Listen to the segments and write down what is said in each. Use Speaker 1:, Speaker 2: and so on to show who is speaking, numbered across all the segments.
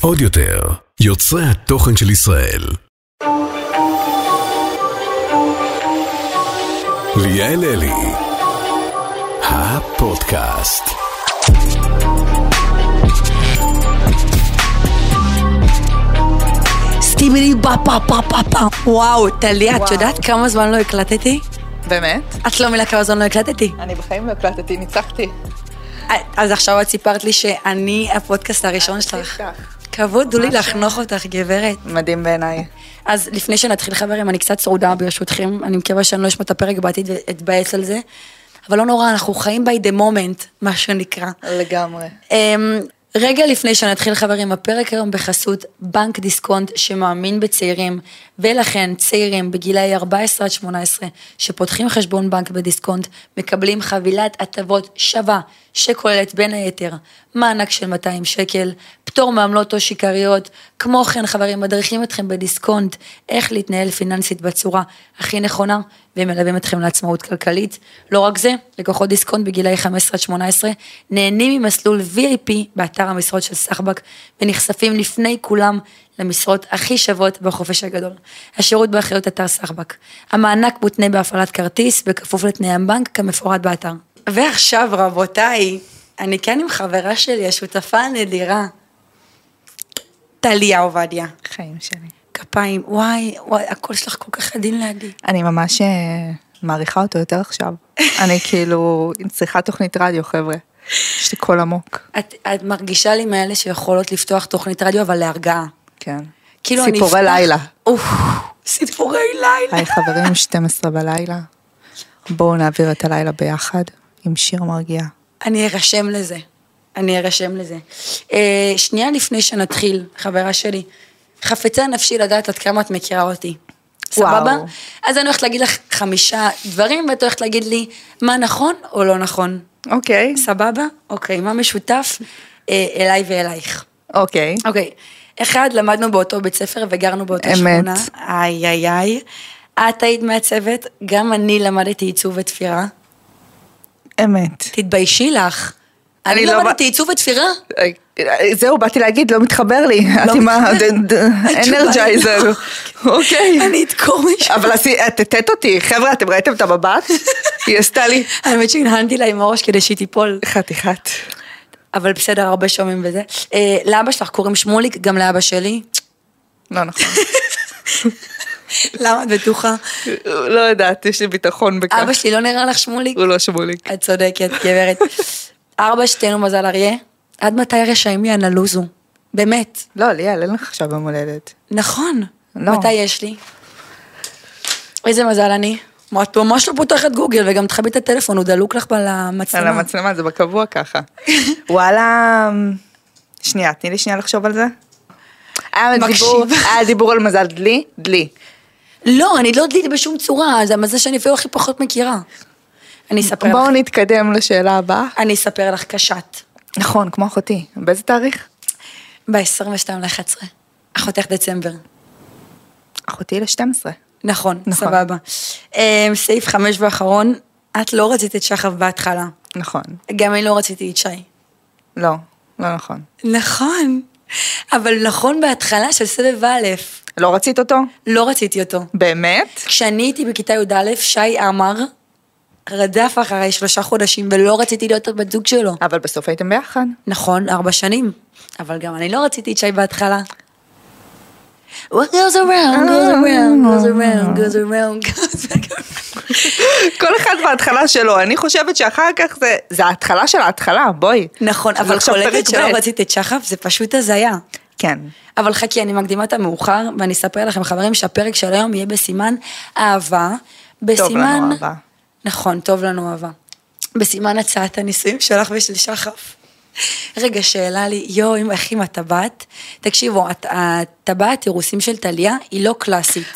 Speaker 1: עוד יותר, יוצרי התוכן של ישראל. ליאל אלי, הפודקאסט.
Speaker 2: סטימילי פה פה פה פה פה. וואו, טלי, את יודעת כמה זמן לא הקלטתי?
Speaker 3: באמת?
Speaker 2: את לא מבינה כמה זמן לא הקלטתי. אה,
Speaker 3: אני בחיים לא הקלטתי, ניצחתי.
Speaker 2: אז עכשיו את סיפרת לי שאני הפודקאסט הראשון שלך.
Speaker 3: תפתח.
Speaker 2: כבוד, דולי לחנוך אותך, גברת.
Speaker 3: מדהים בעיניי.
Speaker 2: אז לפני שנתחיל, חברים, אני קצת צרודה ברשותכם. אני מקווה שאני לא אשמע את הפרק בעתיד ואתבאס על זה. אבל לא נורא, אנחנו חיים by the moment, מה שנקרא.
Speaker 3: לגמרי.
Speaker 2: אמ, רגע לפני שנתחיל חברים, הפרק היום בחסות בנק דיסקונט שמאמין בצעירים, ולכן צעירים בגילאי 14 עד 18 שפותחים חשבון בנק בדיסקונט, מקבלים חבילת הטבות שווה שכוללת בין היתר מענק של 200 שקל, פטור מעמלות או שיכריות, כמו כן חברים מדריכים אתכם בדיסקונט איך להתנהל פיננסית בצורה הכי נכונה ומלווים אתכם לעצמאות כלכלית. לא רק זה, לקוחות דיסקונט בגילאי 15 עד 18 נהנים ממסלול VIP באתר המשרות של סחבק ונחשפים לפני כולם למשרות הכי שוות בחופש הגדול. השירות באחריות אתר סחבק. המענק מותנה בהפעלת כרטיס בכפוף לתנאי הבנק כמפורט באתר. ועכשיו רבותיי, אני כאן עם חברה שלי, השותפה הנדירה, טליה עובדיה.
Speaker 3: חיים שלי.
Speaker 2: כפיים, וואי, וואי, הקול שלך כל כך עדין להגיד.
Speaker 3: אני ממש אה, מעריכה אותו יותר עכשיו. אני כאילו צריכה תוכנית רדיו, חבר'ה. יש לי קול עמוק.
Speaker 2: את, את מרגישה לי מאלה שיכולות לפתוח תוכנית רדיו, אבל להרגעה.
Speaker 3: כן.
Speaker 2: כאילו אני
Speaker 3: סיפורי
Speaker 2: אפתח-
Speaker 3: לילה.
Speaker 2: אוף, סיפורי לילה.
Speaker 3: היי חברים, 12 בלילה. בואו נעביר את הלילה ביחד עם שיר מרגיע.
Speaker 2: אני ארשם לזה. אני ארשם לזה. אה, שנייה לפני שנתחיל, חברה שלי, חפצה נפשי לדעת עד כמה את מכירה אותי. סבבה?
Speaker 3: וואו.
Speaker 2: אז אני הולכת להגיד לך חמישה דברים, ואת הולכת להגיד לי מה נכון או לא נכון.
Speaker 3: אוקיי.
Speaker 2: סבבה? אוקיי, מה משותף אה, אליי ואלייך?
Speaker 3: אוקיי.
Speaker 2: אוקיי, אחד, למדנו באותו בית ספר וגרנו באותה
Speaker 3: אמת.
Speaker 2: שכונה. איי איי איי. את היית מהצוות, גם אני למדתי עיצוב ותפירה.
Speaker 3: אמת.
Speaker 2: תתביישי לך. אני
Speaker 3: אני לא
Speaker 2: למדתי עיצוב ותפירה?
Speaker 3: אה, זהו, באתי להגיד, לא מתחבר לי. את עם
Speaker 2: התשובה היא
Speaker 3: האנרג'ייזר.
Speaker 2: לא.
Speaker 3: אוקיי.
Speaker 2: אני אדקור מישהו.
Speaker 3: אבל עשי- את הטט אותי, חבר'ה, אתם ראיתם את המבט? היא עשתה לי
Speaker 2: האמת שהנהנתי לה עם הראש כדי שהיא תיפול,
Speaker 3: חתיכת.
Speaker 2: אבל בסדר, הרבה שומעים וזה. אה, לאבא שלך קוראים שמוליק, גם לאבא שלי.
Speaker 3: לא נכון.
Speaker 2: למה את בטוחה?
Speaker 3: לא יודעת, יש לי ביטחון בכך.
Speaker 2: אבא שלי לא נראה לך שמוליק?
Speaker 3: הוא לא שמוליק.
Speaker 2: את צודקת, גברת. ארבע, שתינו מזל אריה. עד מתי רשעים לי הנלוזו? באמת.
Speaker 3: לא, ליאל, אין לך עכשיו יום הולדת.
Speaker 2: נכון.
Speaker 3: לא.
Speaker 2: מתי יש לי? איזה מזל אני. מה, את ממש לא פותחת גוגל, וגם תכבי את הטלפון, הוא דלוק לך על
Speaker 3: על
Speaker 2: המצלמה.
Speaker 3: המצלמה, זה בקבוע ככה. וואלה, שנייה, תני לי שנייה לחשוב על זה. היה דיבור-
Speaker 2: מקשיבה.
Speaker 3: היה דיבור על מזל דלי? דלי.
Speaker 2: לא, אני לא דלית בשום צורה, זה המזל שאני אפילו הכי פחות מכירה. אני אספר לך.
Speaker 3: בואו נתקדם לשאלה הבאה.
Speaker 2: אני אספר לך קשת.
Speaker 3: נכון, כמו אחותי. באיזה תאריך?
Speaker 2: ב-22 ל-11. אחותך דצמבר.
Speaker 3: אחותי ל-12.
Speaker 2: נכון,
Speaker 3: נכון.
Speaker 2: סבבה. אמ, סעיף חמש ואחרון, את לא רצית את שחף בהתחלה.
Speaker 3: נכון.
Speaker 2: גם אני לא רציתי את שי.
Speaker 3: לא, לא נכון.
Speaker 2: נכון. אבל נכון בהתחלה של סבב א',
Speaker 3: לא רצית אותו?
Speaker 2: לא רציתי אותו.
Speaker 3: באמת?
Speaker 2: כשאני הייתי בכיתה י"א, שי עמר רדף אחריי שלושה חודשים ולא רציתי להיות הבת זוג שלו.
Speaker 3: אבל בסוף הייתם ביחד.
Speaker 2: נכון, ארבע שנים. אבל גם אני לא רציתי את שי בהתחלה. What goes around, goes around, goes around, goes around, goes around.
Speaker 3: כל אחד וההתחלה שלו, אני חושבת שאחר כך זה, זה ההתחלה של ההתחלה, בואי.
Speaker 2: נכון,
Speaker 3: זה
Speaker 2: אבל
Speaker 3: עכשיו פרק
Speaker 2: קולטת שלא
Speaker 3: ב'.
Speaker 2: רצית את שחף, זה פשוט הזיה.
Speaker 3: כן.
Speaker 2: אבל חכי, אני מקדימה את המאוחר, ואני אספר לכם, חברים, שהפרק של היום יהיה בסימן אהבה, בסימן...
Speaker 3: לנו אהבה.
Speaker 2: נכון, טוב לנו אהבה. בסימן הצעת הנישואים שלך ושל שחף. רגע, שאלה לי, יואו, אם אחי, אם הטבעת? תקשיבו, הט- הטבעת אירוסים של טליה היא לא קלאסית.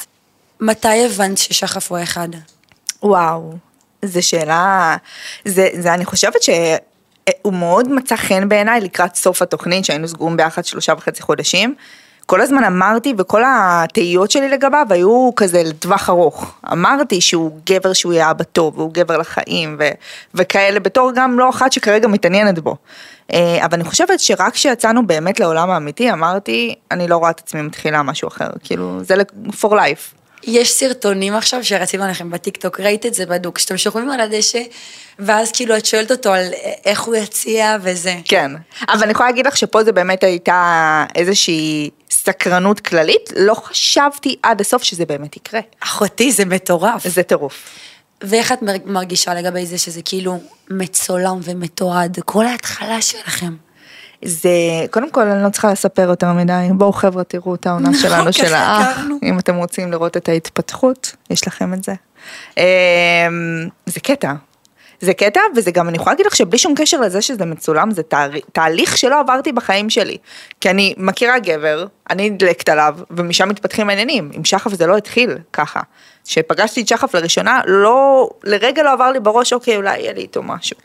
Speaker 2: מתי הבנת ששחף הוא אחד?
Speaker 3: וואו, זו שאלה, זה, זה אני חושבת ש... אה, הוא מאוד מצא חן בעיניי לקראת סוף התוכנית שהיינו סגורים ביחד שלושה וחצי חודשים. כל הזמן אמרתי וכל התהיות שלי לגביו היו כזה לטווח ארוך. אמרתי שהוא גבר שהוא יהיה אבא טוב והוא גבר לחיים ו- וכאלה בתור גם לא אחת שכרגע מתעניינת בו. אה, אבל אני חושבת שרק כשיצאנו באמת לעולם האמיתי, אמרתי, אני לא רואה את עצמי מתחילה משהו אחר, כאילו, זה ל- for life.
Speaker 2: יש סרטונים עכשיו שרצים עליכם בטיקטוק, ראית את זה בדוק, שאתם שוכבים על הדשא, ואז כאילו את שואלת אותו על איך הוא יציע וזה.
Speaker 3: כן, אבל אני יכולה להגיד לך שפה זה באמת הייתה איזושהי סקרנות כללית, לא חשבתי עד הסוף שזה באמת יקרה.
Speaker 2: אחותי, זה מטורף.
Speaker 3: זה טירוף.
Speaker 2: ואיך את מר- מרגישה לגבי זה שזה כאילו מצולם ומתועד, כל ההתחלה שלכם.
Speaker 3: זה, קודם כל אני לא צריכה לספר יותר מדי, בואו חבר'ה תראו את העונה
Speaker 2: נכון,
Speaker 3: שלנו
Speaker 2: ככה
Speaker 3: של האח,
Speaker 2: הכרנו.
Speaker 3: אם אתם רוצים לראות את ההתפתחות, יש לכם את זה. אמ, זה קטע. זה קטע, וזה גם, אני יכולה להגיד לך שבלי שום קשר לזה שזה מצולם, זה תהרי- תהליך שלא עברתי בחיים שלי. כי אני מכירה גבר, אני נדלקת עליו, ומשם מתפתחים העניינים. עם שחף זה לא התחיל ככה. כשפגשתי את שחף לראשונה, לא, לרגע לא עבר לי בראש, אוקיי, אולי יהיה לי איתו משהו.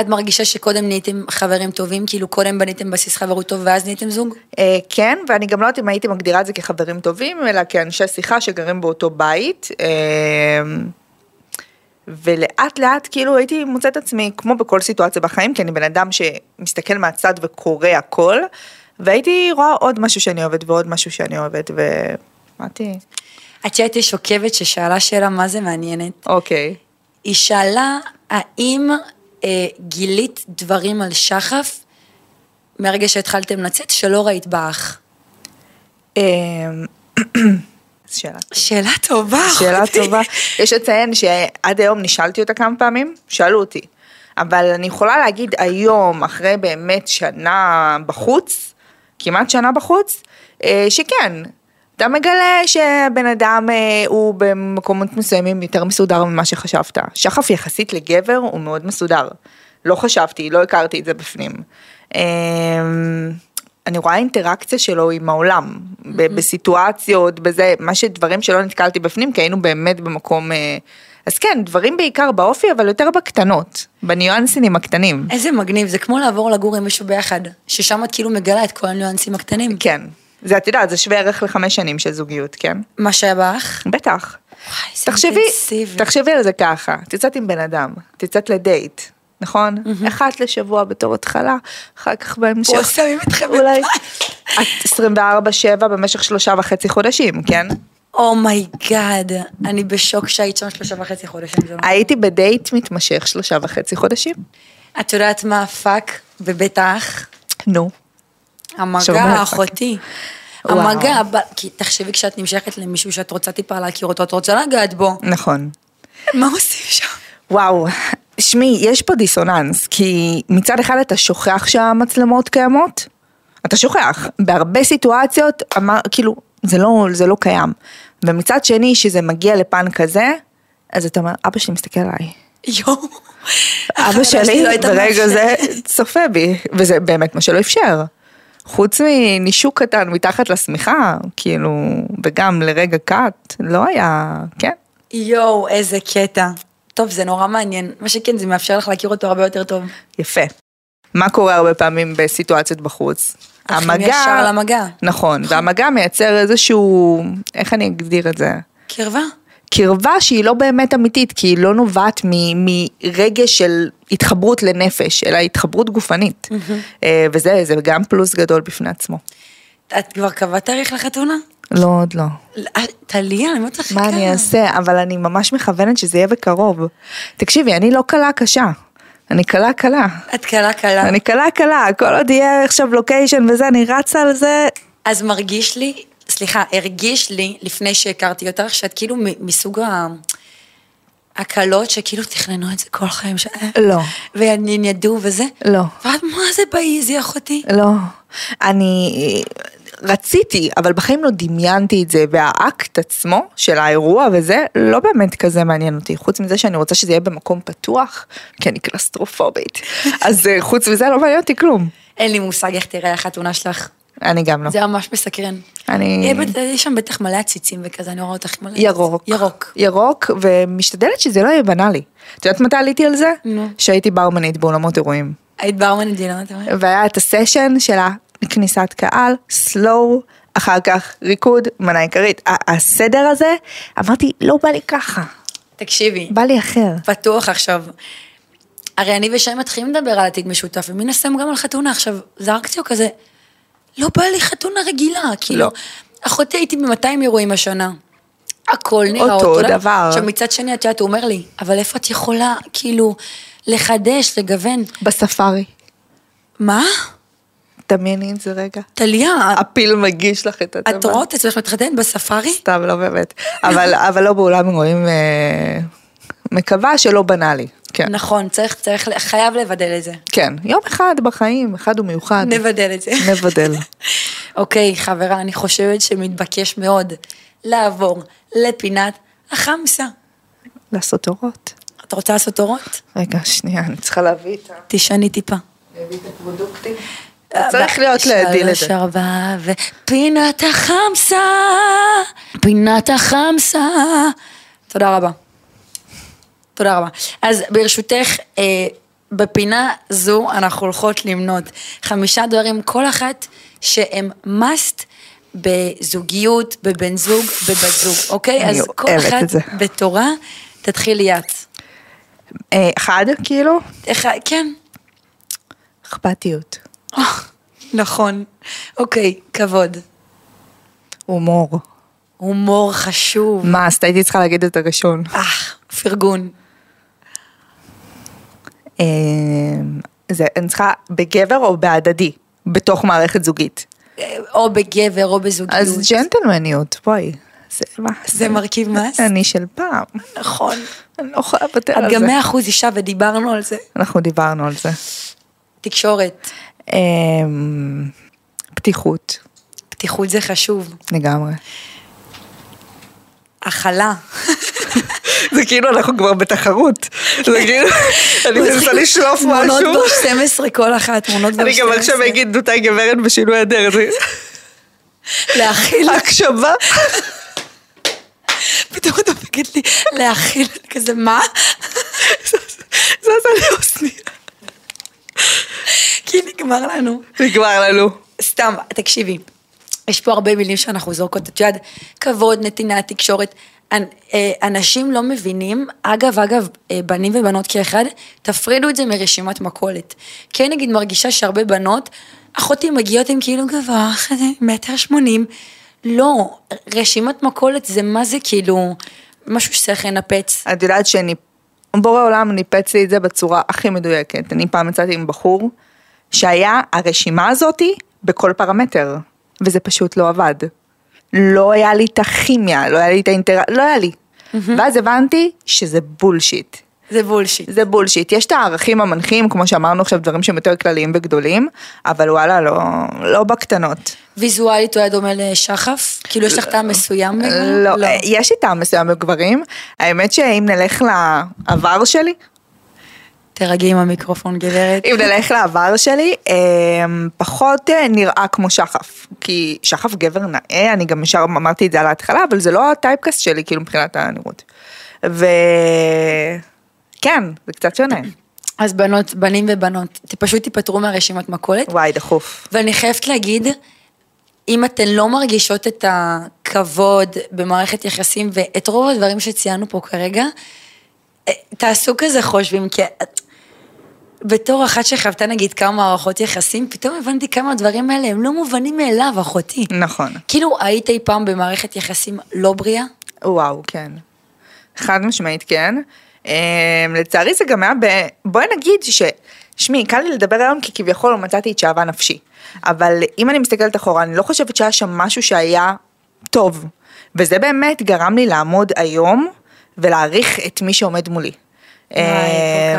Speaker 2: את מרגישה שקודם נהייתם חברים טובים, כאילו קודם בניתם בסיס חברות טוב ואז נהייתם זוג?
Speaker 3: אה, כן, ואני גם לא יודעת אם הייתי מגדירה את זה כחברים טובים, אלא כאנשי שיחה שגרים באותו בית. אה, ולאט לאט כאילו הייתי מוצאת עצמי כמו בכל סיטואציה בחיים, כי אני בן אדם שמסתכל מהצד וקורא הכל, והייתי רואה עוד משהו שאני אוהבת ועוד משהו שאני אוהבת, ואמרתי, "אוקיי."
Speaker 2: את יודעת, יש עוקבת ששאלה שאלה מה זה מעניינת.
Speaker 3: אוקיי.
Speaker 2: היא שאלה האם אה, גילית דברים על שחף מהרגע שהתחלתם לצאת שלא ראית באח.
Speaker 3: אה, שאלה
Speaker 2: שאלה טובה.
Speaker 3: שאלה
Speaker 2: אחותי.
Speaker 3: טובה. יש לציין שעד היום נשאלתי אותה כמה פעמים, שאלו אותי. אבל אני יכולה להגיד היום, אחרי באמת שנה בחוץ, כמעט שנה בחוץ, אה, שכן. אתה מגלה שבן אדם אה, הוא במקומות מסוימים יותר מסודר ממה שחשבת. שחף יחסית לגבר הוא מאוד מסודר. לא חשבתי, לא הכרתי את זה בפנים. אמ, אה, אני רואה אינטראקציה שלו עם העולם,
Speaker 2: Mm-hmm.
Speaker 3: ב- בסיטואציות, בזה, מה שדברים שלא נתקלתי בפנים, כי היינו באמת במקום... אה, אז כן, דברים בעיקר באופי, אבל יותר בקטנות, בניואנסים הקטנים.
Speaker 2: איזה מגניב, זה כמו לעבור לגור עם מישהו ביחד, ששם את כאילו מגלה את כל הניואנסים הקטנים.
Speaker 3: כן. זה, את יודעת, זה שווה ערך לחמש שנים של זוגיות, כן?
Speaker 2: מה שהיה באח.
Speaker 3: בטח.
Speaker 2: וואי, זה
Speaker 3: תחשבי,
Speaker 2: אינטנסיבי.
Speaker 3: תחשבי על זה ככה, את יוצאת עם בן אדם, את יוצאת לדייט, נכון?
Speaker 2: Mm-hmm.
Speaker 3: אחת לשבוע בתור התחלה, אחר כך בהמשך.
Speaker 2: וואו, שמים אתכם
Speaker 3: אולי
Speaker 2: בפח.
Speaker 3: את 24-7 במשך שלושה וחצי חודשים, כן?
Speaker 2: אומייגאד, Oh אני בשוק שהיית שם שלושה וחצי חודשים. זה לא-
Speaker 3: הייתי בדייט מתמשך שלושה וחצי חודשים.
Speaker 2: את יודעת מה הפאק בבית האח?
Speaker 3: נו.
Speaker 2: המגע
Speaker 3: שומע לך.
Speaker 2: האחותי.
Speaker 3: וואו.
Speaker 2: המגע, הבא- כי תחשבי כשאת נמשכת למישהו שאת רוצה טיפה להכיר אותו, את רוצה לגעת בו,
Speaker 3: נכון.
Speaker 2: מה עושים שם?
Speaker 3: וואו, שמי, יש פה דיסוננס, כי מצד אחד אתה שוכח שהמצלמות קיימות, אתה שוכח, בהרבה סיטואציות, אמר, כאילו, זה לא, זה לא קיים. ומצד שני, שזה מגיע לפן כזה, אז אתה אומר, אבא שלי מסתכל עליי.
Speaker 2: יואו.
Speaker 3: אבא
Speaker 2: החברה
Speaker 3: שלי
Speaker 2: לא הייתה
Speaker 3: ברגע
Speaker 2: מאפשרת.
Speaker 3: זה צופה בי, וזה באמת מה שלא אפשר. חוץ מנישוק קטן מתחת לשמיכה, כאילו, וגם לרגע קאט, לא היה, כן.
Speaker 2: יואו, איזה קטע. טוב, זה נורא מעניין. מה שכן, זה מאפשר לך להכיר אותו הרבה יותר טוב.
Speaker 3: יפה. מה קורה הרבה פעמים בסיטואציות בחוץ?
Speaker 2: הולכים ישר למגע.
Speaker 3: נכון, והמגע מייצר איזשהו, איך אני אגדיר את זה?
Speaker 2: קרבה.
Speaker 3: קרבה שהיא לא באמת אמיתית, כי היא לא נובעת מ- מרגש של התחברות לנפש, אלא התחברות גופנית. אה, וזה זה גם פלוס גדול בפני עצמו.
Speaker 2: את כבר קבעת תאריך לחתונה?
Speaker 3: לא, עוד לא.
Speaker 2: אה, טליה, אני אומרת לך
Speaker 3: מה אני
Speaker 2: כן.
Speaker 3: אעשה? אבל אני ממש מכוונת שזה יהיה בקרוב. תקשיבי, אני לא קלה קשה. אני קלה קלה.
Speaker 2: את קלה קלה.
Speaker 3: אני קלה קלה, כל עוד יהיה עכשיו לוקיישן וזה, אני רצה על זה
Speaker 2: אז מרגיש לי, סליחה, הרגיש לי, לפני שהכרתי אותך, שאת כאילו מ- מסוג ה... הקלות שכאילו תכננו את זה כל החיים שלהם.
Speaker 3: לא.
Speaker 2: והן ידעו וזה.
Speaker 3: לא.
Speaker 2: ואת מה זה באיזי אחותי?
Speaker 3: לא, אני רציתי, אבל בחיים לא דמיינתי את זה, והאקט עצמו של האירוע וזה, לא באמת כזה מעניין אותי, חוץ מזה שאני רוצה שזה יהיה במקום פתוח, כי אני קלסטרופובית, אז אה, חוץ מזה לא מעניין אותי כלום.
Speaker 2: אין לי מושג איך תראה החתונה שלך.
Speaker 3: אני גם לא.
Speaker 2: זה ממש מסקרן.
Speaker 3: אני-
Speaker 2: יהיה בט- יש שם בטח מלא עציצים וכזה, אני רואה אותך מלא.
Speaker 3: ירוק.
Speaker 2: ירוק.
Speaker 3: ירוק, ומשתדלת שזה לא יהיה בנאלי. את יודעת מתי עליתי על זה?
Speaker 2: נו.
Speaker 3: שהייתי ברמנית באולמות אירועים.
Speaker 2: היית ברמן דילה, אתה אומר?
Speaker 3: והיה את הסשן של הכניסת קהל, סלואו, אחר כך ריקוד, מנה עיקרית. ה- הסדר הזה, אמרתי, לא בא לי ככה,
Speaker 2: תקשיבי,
Speaker 3: בא לי אחר.
Speaker 2: פתוח עכשיו. הרי אני ושי מתחילים לדבר על עתיד משותף, ומי נסיים גם על חתונה. עכשיו, זרקתי לו כזה, לא בא לי חתונה רגילה, כאילו.
Speaker 3: לא.
Speaker 2: אחותי הייתי ב-200 אירועים השנה. הכל נראה
Speaker 3: אותו
Speaker 2: אותו. דבר.
Speaker 3: דבר.
Speaker 2: עכשיו, מצד שני, את יודעת, הוא אומר לי, אבל איפה את יכולה, כאילו, לחדש, לגוון?
Speaker 3: בספארי.
Speaker 2: מה?
Speaker 3: דמייני את זה רגע.
Speaker 2: טליה,
Speaker 3: הפיל מגיש לך את הדבר.
Speaker 2: את רואה את עצמך מתחתנת בספארי?
Speaker 3: סתם, לא באמת. אבל, אבל לא באולם אירועים, אה, מקווה שלא בנאלי. כן.
Speaker 2: נכון, צריך, צריך, חייב לבדל את זה.
Speaker 3: כן. יום אחד בחיים, אחד ומיוחד.
Speaker 2: נבדל את זה.
Speaker 3: נבדל.
Speaker 2: אוקיי, חברה, אני חושבת שמתבקש מאוד לעבור לפינת החמסה.
Speaker 3: לעשות אורות.
Speaker 2: את רוצה לעשות אורות?
Speaker 3: רגע, שנייה, אני צריכה להביא את ה...
Speaker 2: תשעני טיפה.
Speaker 3: להביא את הפרודוקטים. צריך להיות לעדין את זה.
Speaker 2: שלוש ארבע ו... פינת החמסה, פינת החמסה. תודה רבה. תודה רבה. אז ברשותך, אה, בפינה זו אנחנו הולכות למנות חמישה דברים, כל אחת שהם must בזוגיות, בבן זוג, בבת זוג, אוקיי?
Speaker 3: אני
Speaker 2: אז כל
Speaker 3: אוהבת
Speaker 2: אחת
Speaker 3: את זה.
Speaker 2: בתורה, תתחילי את.
Speaker 3: אה, אחד, כאילו,
Speaker 2: אחד- כן.
Speaker 3: אכפתיות.
Speaker 2: נכון. אוקיי, כבוד.
Speaker 3: הומור.
Speaker 2: הומור חשוב.
Speaker 3: מה, אז הייתי צריכה להגיד את הראשון.
Speaker 2: אה, פרגון.
Speaker 3: אה, זה, אני צריכה בגבר או בהדדי? בתוך מערכת זוגית.
Speaker 2: או בגבר או בזוגיות.
Speaker 3: אז ג'נטלמניות, בואי. זה מה?
Speaker 2: זה מרכיב מס?
Speaker 3: אני של פעם.
Speaker 2: נכון.
Speaker 3: אני לא יכולה לוותר
Speaker 2: את
Speaker 3: על
Speaker 2: גם
Speaker 3: זה.
Speaker 2: מאה אחוז אישה ודיברנו על זה.
Speaker 3: אנחנו דיברנו על זה.
Speaker 2: תקשורת,
Speaker 3: אמ, פתיחות,
Speaker 2: פתיחות זה חשוב.
Speaker 3: לגמרי.
Speaker 2: הכלה.
Speaker 3: זה כאילו אנחנו כבר בתחרות. זה כאילו, אני מנסה לשלוף
Speaker 2: תמונות
Speaker 3: משהו.
Speaker 2: בר 12 כל אחת, תמונות בר
Speaker 3: אני
Speaker 2: 12.
Speaker 3: גם עכשיו אגיד אותה גברת בשינוי הדרך. זה
Speaker 2: להאכיל,
Speaker 3: לא. הקשבה.
Speaker 2: פתאום את דופקת לי, להאכיל, אני כזה מה?
Speaker 3: זה עשה לי אוזניה.
Speaker 2: כי נגמר לנו.
Speaker 3: נגמר לנו.
Speaker 2: סתם, תקשיבי, יש פה הרבה מילים שאנחנו זורקות, את יודעת, כבוד, נתינה, תקשורת. אנ- אה, אנשים לא מבינים, אגב, אגב, אה, בנים ובנות כאחד, תפרידו את זה מרשימת מכולת. כי אני נגיד מרגישה שהרבה בנות, אחותי מגיעות עם כאילו גבוה, כזה, מטר שמונים. לא, רשימת מכולת זה מה זה כאילו, משהו שצריך לנפץ.
Speaker 3: את יודעת שאני, בורא עולם ניפץ לי את זה בצורה הכי מדויקת. אני פעם יצאתי עם בחור שהיה הרשימה הזאתי בכל פרמטר, וזה פשוט לא עבד. לא היה לי את הכימיה, לא היה לי את האינטר... לא היה לי. ואז הבנתי שזה בולשיט.
Speaker 2: זה בולשיט.
Speaker 3: זה בולשיט. יש את הערכים המנחים, כמו שאמרנו עכשיו, דברים שהם יותר כלליים וגדולים, אבל וואלה, לא, לא בקטנות.
Speaker 2: ויזואלית הוא היה דומה לשחף? כאילו יש לך טעם מסוים? בגלל?
Speaker 3: לא, יש איתם מסוים בגברים. האמת שאם נלך לעבר שלי,
Speaker 2: תרגעי עם המיקרופון, גברת.
Speaker 3: אם נלך לעבר שלי, אמ, פחות אה, נראה כמו שחף. כי שחף גבר נאה, אני גם ישר אמרתי את זה על ההתחלה, אבל זה לא הטייפקאסט שלי, כאילו, מבחינת הנראות. ו... כן, זה קצת שונה.
Speaker 2: אז בנות, בנים ובנות, ת- פשוט תיפטרו מהרשימת מכולת.
Speaker 3: וואי, דחוף.
Speaker 2: ואני חייבת להגיד, אם אתן לא מרגישות את הכבוד במערכת יחסים ואת רוב הדברים שציינו פה כרגע, אה, תעשו כזה חושבים, כי את- בתור אחת שחוותה נגיד כמה מערכות יחסים, פתאום הבנתי כמה הדברים האלה הם לא מובנים מאליו, אחותי.
Speaker 3: נכון.
Speaker 2: כאילו, היית אי פעם במערכת יחסים לא בריאה?
Speaker 3: וואו, כן. חד משמעית כן. אמ, לצערי זה גם היה ב... בואי נגיד ש... שמי, קל לי לדבר היום כי כביכול לא מצאתי את שאהבה נפשי. אבל אם אני מסתכלת אחורה, אני לא חושבת שהיה שם משהו שהיה טוב. וזה באמת גרם לי לעמוד היום ולהעריך את מי שעומד מולי.
Speaker 2: וואי, כל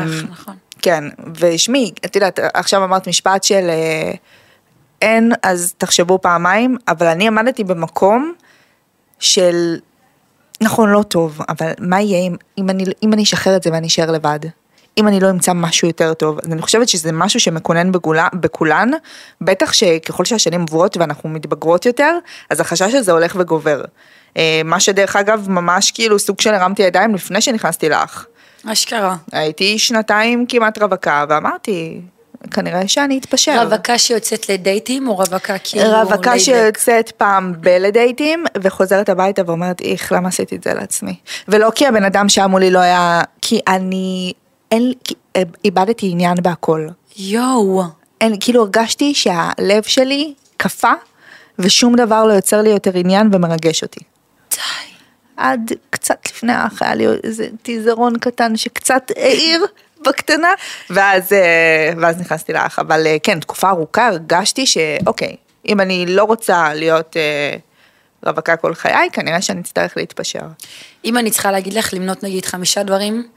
Speaker 3: אמ,
Speaker 2: כך, נכון.
Speaker 3: כן, ושמי, את יודעת, עכשיו אמרת משפט של אה, אין, אז תחשבו פעמיים, אבל אני עמדתי במקום של, נכון, לא טוב, אבל מה יהיה אם, אם, אני, אם אני אשחרר את זה ואני אשאר לבד? אם אני לא אמצא משהו יותר טוב, אז אני חושבת שזה משהו שמקונן בגולה, בכולן, בטח שככל שהשנים עוברות ואנחנו מתבגרות יותר, אז החשש הזה הולך וגובר. אה, מה שדרך אגב, ממש כאילו סוג של הרמתי ידיים לפני שנכנסתי לך.
Speaker 2: אשכרה.
Speaker 3: הייתי שנתיים כמעט רווקה, ואמרתי, כנראה שאני אתפשר.
Speaker 2: רווקה שיוצאת לדייטים או רווקה כאילו...
Speaker 3: רווקה
Speaker 2: laid back?
Speaker 3: שיוצאת פעם בלדייטים, וחוזרת הביתה ואומרת, איך, למה עשיתי את זה לעצמי? ולא כי הבן אדם שהיה מולי לא היה, כי אני אין, לי- כי- אה, איבדתי עניין בהכל.
Speaker 2: יואו.
Speaker 3: אין, כאילו הרגשתי שהלב שלי קפא, ושום דבר לא יוצר לי יותר עניין ומרגש אותי.
Speaker 2: די.
Speaker 3: עד קצת לפני האח היה לי איזה טיזרון קטן שקצת העיר בקטנה, ואז, אה, ואז נכנסתי לאח, אבל אה, כן, תקופה ארוכה הרגשתי שאוקיי, אם אני לא רוצה להיות אה, רווקה כל חיי, כנראה שאני אצטרך להתפשר.
Speaker 2: אם אני צריכה להגיד לך, למנות נגיד חמישה דברים,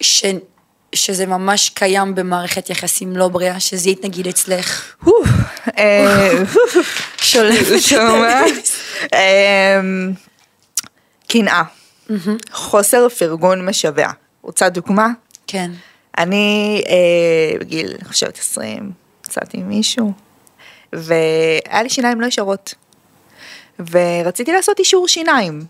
Speaker 2: ש... שזה ממש קיים במערכת יחסים לא בריאה, שזיהית נגיד אצלך.
Speaker 3: אה,
Speaker 2: שולפת את
Speaker 3: שומע? אמ, קנאה, חוסר פרגון משווע. רוצה דוגמה?
Speaker 2: כן.
Speaker 3: אני אה, בגיל, אני חושבת, 20, יצאתי עם מישהו, והיה לי שיניים לא ישרות. ורציתי לעשות אישור שיניים.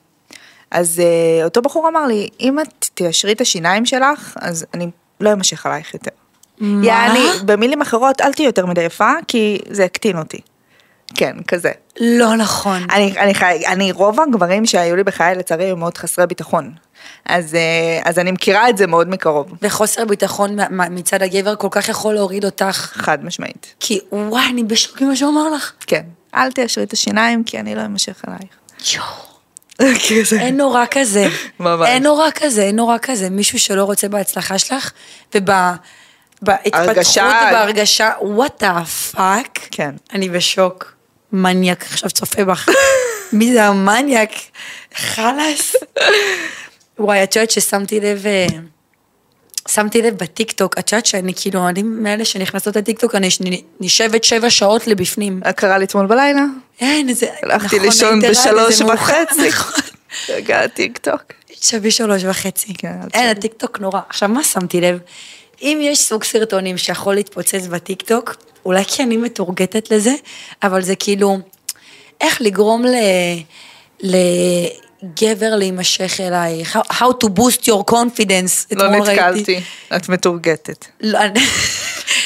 Speaker 3: אז אה, אותו בחור אמר לי, אם את תיישרי את השיניים שלך, אז אני לא אמשך עלייך יותר.
Speaker 2: מה?
Speaker 3: יעני, במילים אחרות, אל תהיי יותר מדי יפה, כי זה יקטין אותי. כן, כזה.
Speaker 2: לא נכון.
Speaker 3: אני, אני, חי, אני רוב הגברים שהיו לי בחיי לצערי הם מאוד חסרי ביטחון. אז, אה, אז אני מכירה את זה מאוד מקרוב,
Speaker 2: וחוסר ביטחון מה- מה- מצד הגבר כל כך יכול להוריד אותך,
Speaker 3: חד משמעית.
Speaker 2: כי וואי, אני בשוק ממה שהוא אמר לך.
Speaker 3: כן. אל תיישרי את השיניים כי אני לא אמשך אלייך.
Speaker 2: יואו.
Speaker 3: כזה.
Speaker 2: אין נורא כזה.
Speaker 3: ממש.
Speaker 2: אין נורא כזה, אין נורא כזה. מישהו שלא רוצה בהצלחה שלך, ובהתפתחות
Speaker 3: הרגשה.
Speaker 2: ובהרגשה, what the fuck?
Speaker 3: כן.
Speaker 2: אני בשוק. מניאק עכשיו צופה בך. מי זה המניאק? חלאס. וואי, את יודעת ששמתי לב... אה, שמתי לב בטיקטוק, את יודעת שאני כאילו, אני מאלה שנכנסות לטיקטוק, אני ש- נשבת שבע שעות לבפנים.
Speaker 3: קרה לי אתמול בלילה,
Speaker 2: אין, זה...
Speaker 3: אה, הלכתי
Speaker 2: נכון,
Speaker 3: לישון
Speaker 2: היית רעד, זה
Speaker 3: בשלוש
Speaker 2: מאוחר,
Speaker 3: וחצי.
Speaker 2: נכון.
Speaker 3: רגע, טיק טוק.
Speaker 2: שבי שלוש וחצי.
Speaker 3: כן, אל
Speaker 2: אין, הטיקטוק נורא. עכשיו, מה שמתי לב? אם יש סוג סרטונים שיכול להתפוצץ בטיקטוק, אולי כי אני מתורגטת לזה, אבל זה כאילו, איך לגרום ל... לגבר להימשך אלייך, How- how to boost your confidence,
Speaker 3: לא
Speaker 2: אתמול ראיתי.
Speaker 3: נתקלתי, את מתורגטת.
Speaker 2: לא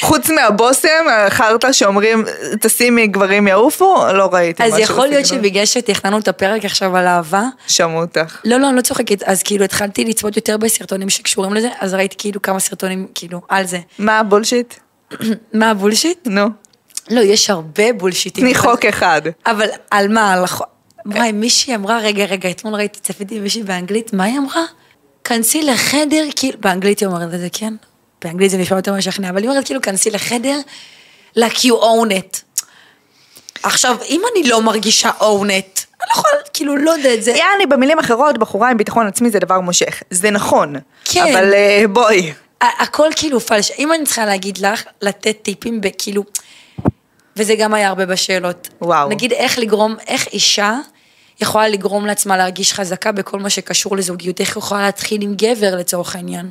Speaker 3: חוץ מהבושם, החרטא שאומרים, תשימי גברים יעופו, לא ראיתי
Speaker 2: אז
Speaker 3: משהו
Speaker 2: יכול להיות
Speaker 3: בסגנון.
Speaker 2: שבגלל שתכננו את הפרק עכשיו על אהבה,
Speaker 3: שמעו אותך.
Speaker 2: לא, לא, אני לא צוחקת, אז כאילו התחלתי לצפות יותר בסרטונים שקשורים לזה, אז ראיתי כאילו כמה סרטונים כאילו על זה.
Speaker 3: מה הבולשיט?
Speaker 2: מה הבולשיט?
Speaker 3: נו.
Speaker 2: לא, יש הרבה בולשיטים.
Speaker 3: תני חוק אחד.
Speaker 2: אבל על מה? על החוק? וואי, מישהי אמרה, רגע, רגע, אתמול ראיתי, צפיתי עם מישהי באנגלית, מה היא אמרה? כנסי לחדר, כאילו, באנגלית היא אומרת את זה, כן? באנגלית זה נשמע יותר משכנע, אבל היא אומרת, כאילו, כנסי לחדר, like you own it. עכשיו, אם אני לא מרגישה own it, אני לא יכולה, כאילו, לא יודעת, זה...
Speaker 3: יעני, במילים אחרות, בחורה עם ביטחון עצמי זה דבר מושך. זה נכון.
Speaker 2: כן.
Speaker 3: אבל אה, בואי.
Speaker 2: ה- הכל כאילו פלש. אם אני צריכה להגיד לך, לתת טיפים בכאילו, וזה גם היה הרבה בשאלות.
Speaker 3: וואו.
Speaker 2: נגיד איך לגרום, איך אישה יכולה לגרום לעצמה להרגיש חזקה בכל מה שקשור לזוגיות, איך היא יכולה להתחיל עם גבר לצורך העניין.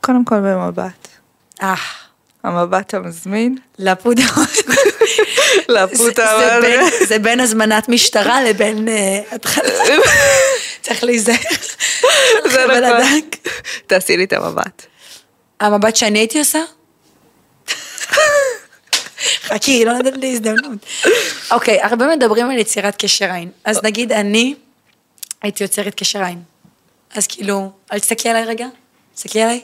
Speaker 3: קודם כל במבט.
Speaker 2: אה,
Speaker 3: המבט המזמין.
Speaker 2: לפוד זה-
Speaker 3: לפוט
Speaker 2: זה
Speaker 3: אבל-
Speaker 2: בין- זה בין הזמנת משטרה לבין אה, התחלה. צריך להיזהר.
Speaker 3: זה
Speaker 2: אבל
Speaker 3: נכון.
Speaker 2: הדק.
Speaker 3: תעשי לי את המבט.
Speaker 2: המבט שאני הייתי עושה? חכי, היא לא נותנת לי הזדמנות. אה. אוקיי, הרבה מדברים על יצירת קשר עין. אז נגיד אני הייתי יוצרת קשר עין. אז כאילו, אל תסתכלי עליי רגע, תסתכלי עליי.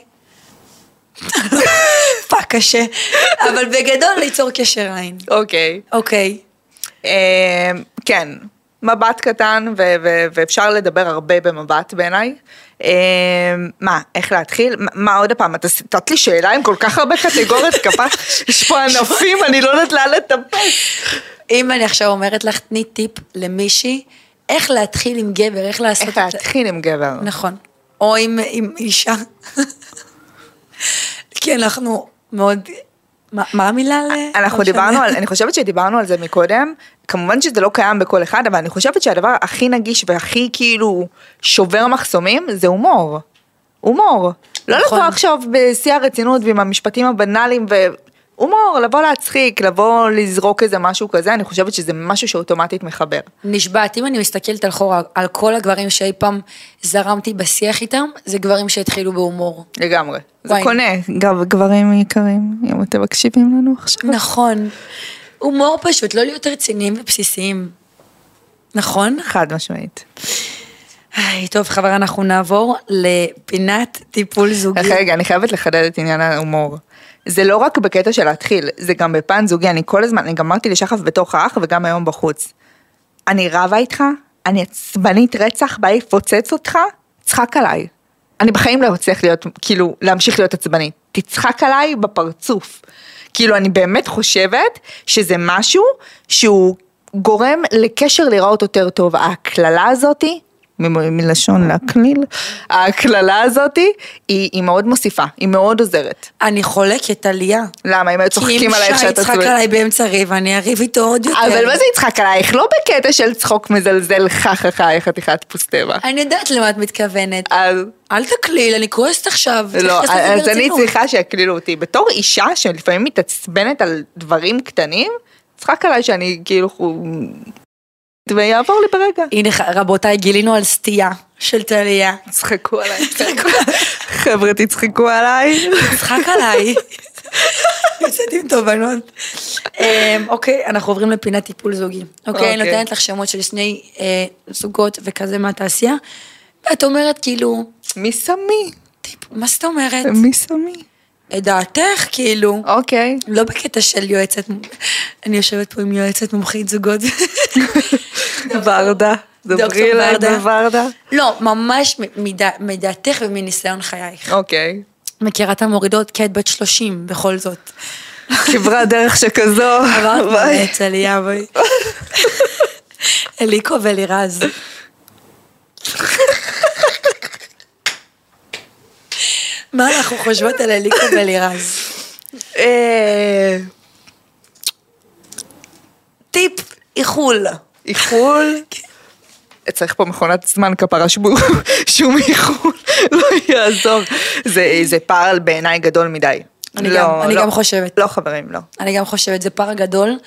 Speaker 2: פאק קשה, אבל בגדול ליצור קשר עין.
Speaker 3: אוקיי.
Speaker 2: אוקיי,
Speaker 3: אה, כן, מבט קטן, ו- ו- ואפשר לדבר הרבה במבט בעיניי. אה, מה, איך להתחיל? מה- מה עוד פעם, את נתת לי שאלה עם כל כך הרבה קטגוריות, כפה- יש פה ענפים, אני לא יודעת לאן לטפס.
Speaker 2: אם אני עכשיו אומרת לך, תני טיפ למישהי, איך להתחיל עם גבר, איך לעשות
Speaker 3: איך להתחיל עם גבר?
Speaker 2: נכון. או עם, עם אישה. כי אנחנו מאוד... מה, מה המילה? ל-
Speaker 3: אה, אנחנו
Speaker 2: לא
Speaker 3: דיברנו
Speaker 2: משנה.
Speaker 3: על, אני חושבת שדיברנו על זה מקודם, כמובן שזה לא קיים בכל אחד, אבל אני חושבת שהדבר הכי נגיש והכי כאילו שובר מחסומים זה הומור. הומור. לא
Speaker 2: נכון.
Speaker 3: לבוא עכשיו בשיא הרצינות ועם המשפטים הבנאליים ו... הומור, לבוא להצחיק, לבוא לזרוק איזה משהו כזה, אני חושבת שזה משהו שאוטומטית מחבר.
Speaker 2: נשבעת, אם אני מסתכלת על חורה, על כל הגברים שאי פעם זרמתי בשיח איתם, זה גברים שהתחילו בהומור.
Speaker 3: לגמרי. זה
Speaker 2: וואי.
Speaker 3: קונה. גם גברים יקרים, אם אתם מקשיבים לנו עכשיו.
Speaker 2: נכון. הומור פשוט, לא להיות רציניים ובסיסיים. נכון?
Speaker 3: חד משמעית.
Speaker 2: היי, טוב, חברים, אנחנו נעבור לפינת טיפול זוגי.
Speaker 3: רגע, רגע, אני חייבת לחדד את עניין ההומור. זה לא רק בקטע של להתחיל, זה גם בפן זוגי, אני כל הזמן, אני גם אמרתי לשחף בתוך האח וגם היום בחוץ. אני רבה איתך, אני עצבנית רצח, בא לי לפוצץ אותך, צחק עליי. אני בחיים לא אצליח להיות, כאילו, להמשיך להיות עצבנית. תצחק עליי בפרצוף. כאילו, אני באמת חושבת שזה משהו שהוא גורם לקשר להיראות יותר טוב. ההקללה הזאתי, מ- מלשון להקליל, ההקללה הזאתי, היא, היא מאוד מוסיפה, היא מאוד עוזרת.
Speaker 2: אני חולקת עלייה.
Speaker 3: למה, אם היו
Speaker 2: כי
Speaker 3: צוחקים
Speaker 2: אם
Speaker 3: עלייך
Speaker 2: שי
Speaker 3: שאת
Speaker 2: יצחק
Speaker 3: עצבנית?
Speaker 2: עליי באמצע ריב, אני אריב איתו עוד יותר.
Speaker 3: אבל מה זה יצחק עלייך? לא בקטע של צחוק מזלזל חככה, איך חתיכת פוסטבה.
Speaker 2: אני יודעת למה את מתכוונת.
Speaker 3: אז
Speaker 2: אל תקליל, אני כועסת עכשיו. צריך
Speaker 3: לא,
Speaker 2: לעשות את זה
Speaker 3: אז אני
Speaker 2: ברצינות.
Speaker 3: צריכה שיקלילו אותי. בתור אישה שלפעמים מתעצבנת על דברים קטנים, צחק עליי שאני כאילו... חו- ויעבור לי ברגע.
Speaker 2: הנה, ח- רבותיי, גילינו על סטייה של טליה.
Speaker 3: צחקו עליי. חבר'ה, תצחקו עליי.
Speaker 2: תצחק עליי. יוצאת עם תובנות. אמ, אוקיי, אנחנו עוברים לפינת טיפול זוגי. אוקיי,
Speaker 3: אוקיי.
Speaker 2: אני נותנת לך שמות של שני אה, זוגות וכזה מהתעשייה, ואת אומרת כאילו,
Speaker 3: מי שמי?
Speaker 2: טיפ, מה זאת אומרת?
Speaker 3: מי שמי?
Speaker 2: את דעתך, כאילו.
Speaker 3: אוקיי.
Speaker 2: לא בקטע של יועצת, אני יושבת פה עם יועצת מומחית זוגות.
Speaker 3: ורדה.
Speaker 2: דוקטור
Speaker 3: דברי אליי
Speaker 2: ורדה.
Speaker 3: בוורדה.
Speaker 2: לא, ממש מ- מדע- מדעתך ומניסיון חייך.
Speaker 3: אוקיי.
Speaker 2: מכירה את המורידות? כי את בת 30 בכל זאת.
Speaker 3: כברת דרך שכזו.
Speaker 2: עברת
Speaker 3: וואי.
Speaker 2: באמת, עלייה, בואי. אליקו ולירז. מה אנחנו חושבות על אליקו ולירז?
Speaker 3: אה,
Speaker 2: טיפ איחול.
Speaker 3: איחול. צריך פה מכונת זמן כפרה שבו- שום איחול לא יעזור. זה, זה פער בעיניי גדול מדי.
Speaker 2: אני
Speaker 3: לא,
Speaker 2: גם- אני
Speaker 3: לא.
Speaker 2: גם חושבת.
Speaker 3: לא חברים, לא.
Speaker 2: אני גם חושבת, זה פער גדול.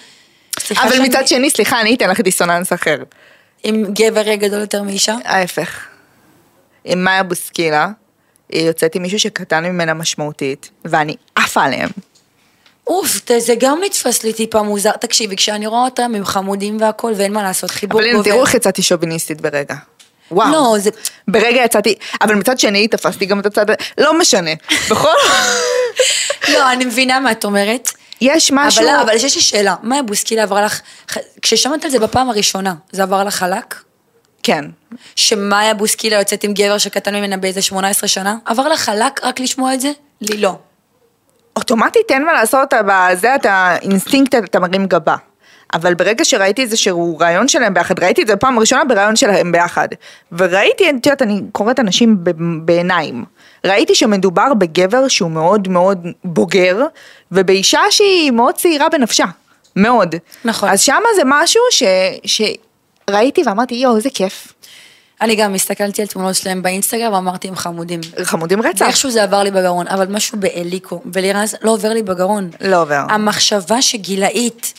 Speaker 2: סליחה
Speaker 3: אבל
Speaker 2: שאני-
Speaker 3: מצד שני, סליחה, אני אתן לך דיסוננס אחר.
Speaker 2: אם גבר יהיה גדול יותר מאישה?
Speaker 3: ההפך. עם מאיה בוסקילה, היא יוצאת עם מישהו שקטן ממנה משמעותית, ואני עפה עליהם.
Speaker 2: אוף, ת- זה גם נתפס לי טיפה מוזר. תקשיבי, כשאני רואה אותם הם חמודים והכל, ואין מה לעשות, חיבור
Speaker 3: אבל
Speaker 2: גובר.
Speaker 3: הנה, תראו איך יצאתי שוביניסטית ברגע. וואו.
Speaker 2: לא, זה...
Speaker 3: ברגע יצאתי, אבל מצד שני תפסתי גם את הצד, ה- לא משנה. בכל...
Speaker 2: לא, אני מבינה מה את אומרת.
Speaker 3: יש משהו...
Speaker 2: אבל, אבל יש לי שאלה, מאיה בוסקילה עברה לך, ח- כששמעת על זה בפעם הראשונה, זה עבר לך חלק?
Speaker 3: כן.
Speaker 2: שמאיה בוסקילה יוצאת עם גבר שקטן ממנה באיזה 18 שנה? עבר לך חלק רק לשמוע את זה? לי לא.
Speaker 3: אוטומטית אין מה לעשות, בזה אתה אינסטינקט, אתה מרים גבה. אבל ברגע שראיתי איזשהו רעיון שלהם ביחד, ראיתי את זה פעם ראשונה ברעיון שלהם ביחד. וראיתי, את יודעת, אני קוראת אנשים ב- בעיניים. ראיתי שמדובר בגבר שהוא מאוד מאוד בוגר, ובאישה שהיא מאוד צעירה בנפשה. מאוד.
Speaker 2: נכון.
Speaker 3: אז שמה זה משהו ש... שראיתי ואמרתי, יואו, איזה כיף.
Speaker 2: אני גם הסתכלתי על תמונות שלהם באינסטגרם ואמרתי הם חמודים.
Speaker 3: חמודים רצח.
Speaker 2: איכשהו זה עבר לי בגרון, אבל משהו באליקו ולירז לא עובר לי בגרון.
Speaker 3: לא עובר.
Speaker 2: המחשבה שגילאית,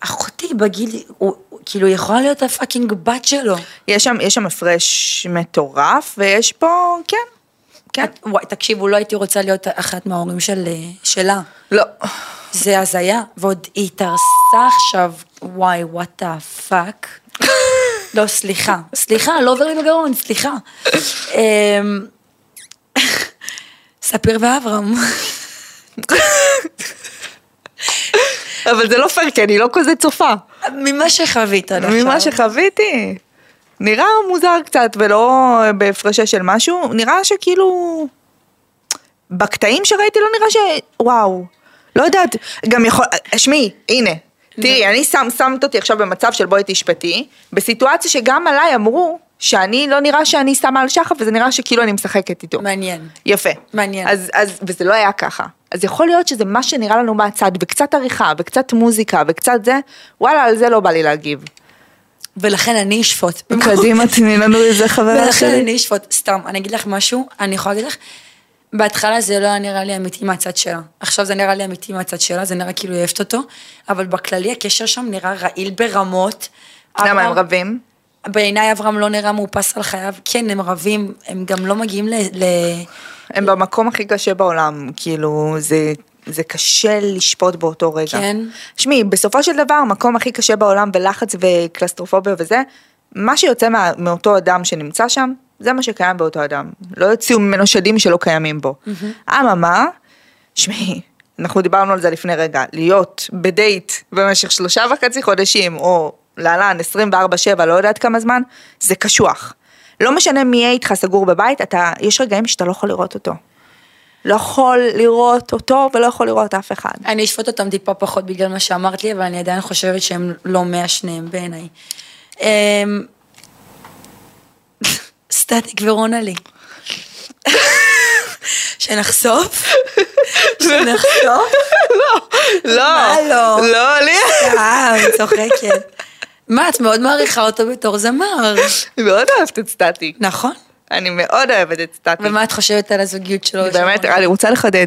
Speaker 2: אחותי בגיל, הוא, הוא- כאילו היא יכולה להיות הפאקינג בת שלו.
Speaker 3: יש שם, יש שם הפרש מטורף, ויש פה, כן, כן.
Speaker 2: את- וואי, תקשיבו, לא הייתי רוצה להיות אחת מההורים של, אה, שלה.
Speaker 3: לא.
Speaker 2: זה הזיה, ועוד היא התארסה עכשיו, וואי, וואט דה פאק. לא, סליחה, סליחה, לא עובר לי בגרון, סליחה. אמ, ספיר ואברהם.
Speaker 3: אבל זה לא פייר, כי אני לא כזה צופה.
Speaker 2: ממה שחווית עד עכשיו.
Speaker 3: ממה שחוויתי. נראה מוזר קצת, ולא בהפרשה של משהו, נראה שכאילו... בקטעים שראיתי לא נראה ש... וואו. לא יודעת, גם יכול... שמעי, הנה. תראי, אני שם, שמת אותי עכשיו במצב של בואי תשפטי, בסיטואציה שגם עליי אמרו שאני לא נראה שאני שמה על שחף, וזה נראה שכאילו אני משחקת איתו.
Speaker 2: מעניין.
Speaker 3: יפה.
Speaker 2: מעניין.
Speaker 3: אז, אז, וזה לא היה ככה. אז יכול להיות שזה מה שנראה לנו מהצד, וקצת עריכה, וקצת מוזיקה, וקצת זה, וואלה, על זה לא בא לי להגיב.
Speaker 2: ולכן אני אשפוט.
Speaker 3: קדימה, תני לנו איזה חברה
Speaker 2: ולכן אני אשפוט. סתם, אני אגיד לך משהו, אני יכולה להגיד לך, בהתחלה זה לא היה נראה לי אמיתי מהצד שלה. עכשיו זה נראה לי אמיתי מהצד שלה, זה נראה כאילו היא אוהבת אותו, אבל בכללי הקשר שם נראה רעיל ברמות.
Speaker 3: למה הם
Speaker 2: אברהם-
Speaker 3: רבים?
Speaker 2: בעיניי אברהם לא נראה מאופס על חייו, כן, הם רבים, הם גם לא מגיעים ל... ל...
Speaker 3: הם במקום הכי קשה בעולם, כאילו, זה... זה קשה לשפוט באותו רגע.
Speaker 2: כן.
Speaker 3: שמעי, בסופו של דבר, המקום הכי קשה בעולם בלחץ וקלסטרופוביה וזה, מה שיוצא מה, מאותו אדם שנמצא שם, זה מה שקיים באותו אדם. לא יוציאו ממנו שדים שלא קיימים בו. אממה, שמעי, אנחנו דיברנו על זה לפני רגע, להיות בדייט במשך שלושה וחצי חודשים, או להלן 24-7, לא יודעת כמה זמן, זה קשוח. לא משנה מי יהיה איתך סגור בבית, אתה, יש רגעים שאתה לא יכול לראות אותו. לא יכול לראות אותו ולא יכול לראות אף אחד.
Speaker 2: אני אשפוט אותם טיפה פחות בגלל מה שאמרת לי, אבל אני עדיין חושבת שהם לא מאה שניהם בעיניי. אמ, סטטיק ורונה לי. שנחשוף? שנחשוף?
Speaker 3: לא,
Speaker 2: מה לא?
Speaker 3: לא, לי,
Speaker 2: אה, אני צוחקת. מה, את מאוד מעריכה אותו בתור זמר.
Speaker 3: מאוד אוהבת את סטטיק.
Speaker 2: נכון.
Speaker 3: אני מאוד אוהבת את סטטיק.
Speaker 2: ומה לא את חושבת על הזוגיות שלו?
Speaker 3: אני באמת, אני רוצה לחדד.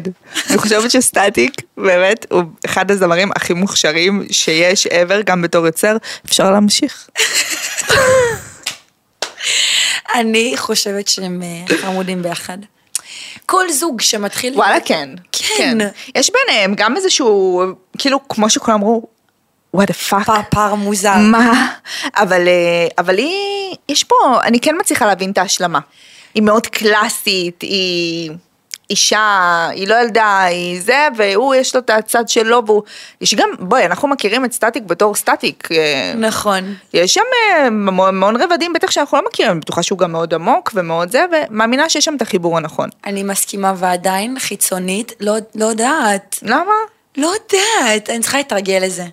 Speaker 3: אני חושבת שסטטיק, באמת, הוא אחד הזמרים הכי מוכשרים שיש ever, גם בתור יוצר. אפשר להמשיך.
Speaker 2: אני חושבת שהם אה, חמודים ביחד. כל זוג שמתחיל...
Speaker 3: וואלה, כן.
Speaker 2: כן.
Speaker 3: יש ביניהם גם איזשהו, כאילו, כמו שכולם אמרו, what the fuck.
Speaker 2: פרפר מוזר.
Speaker 3: מה? אבל, אה, אבל היא, יש פה, אני כן מצליחה להבין את ההשלמה. היא מאוד קלאסית, היא אישה, היא לא ילדה, היא זה, והוא יש לו את הצד שלו, והוא, יש גם, בואי, אנחנו מכירים את סטטיק בתור סטטיק. אה,
Speaker 2: נכון.
Speaker 3: יש שם אה, המון המון רבדים, בטח שאנחנו לא מכירים, אני בטוחה שהוא גם מאוד עמוק ומאוד זה, ומאמינה שיש שם את החיבור הנכון.
Speaker 2: אני מסכימה ועדיין חיצונית, לא, לא יודעת.
Speaker 3: למה?
Speaker 2: לא יודעת, אני צריכה להתרגל לזה.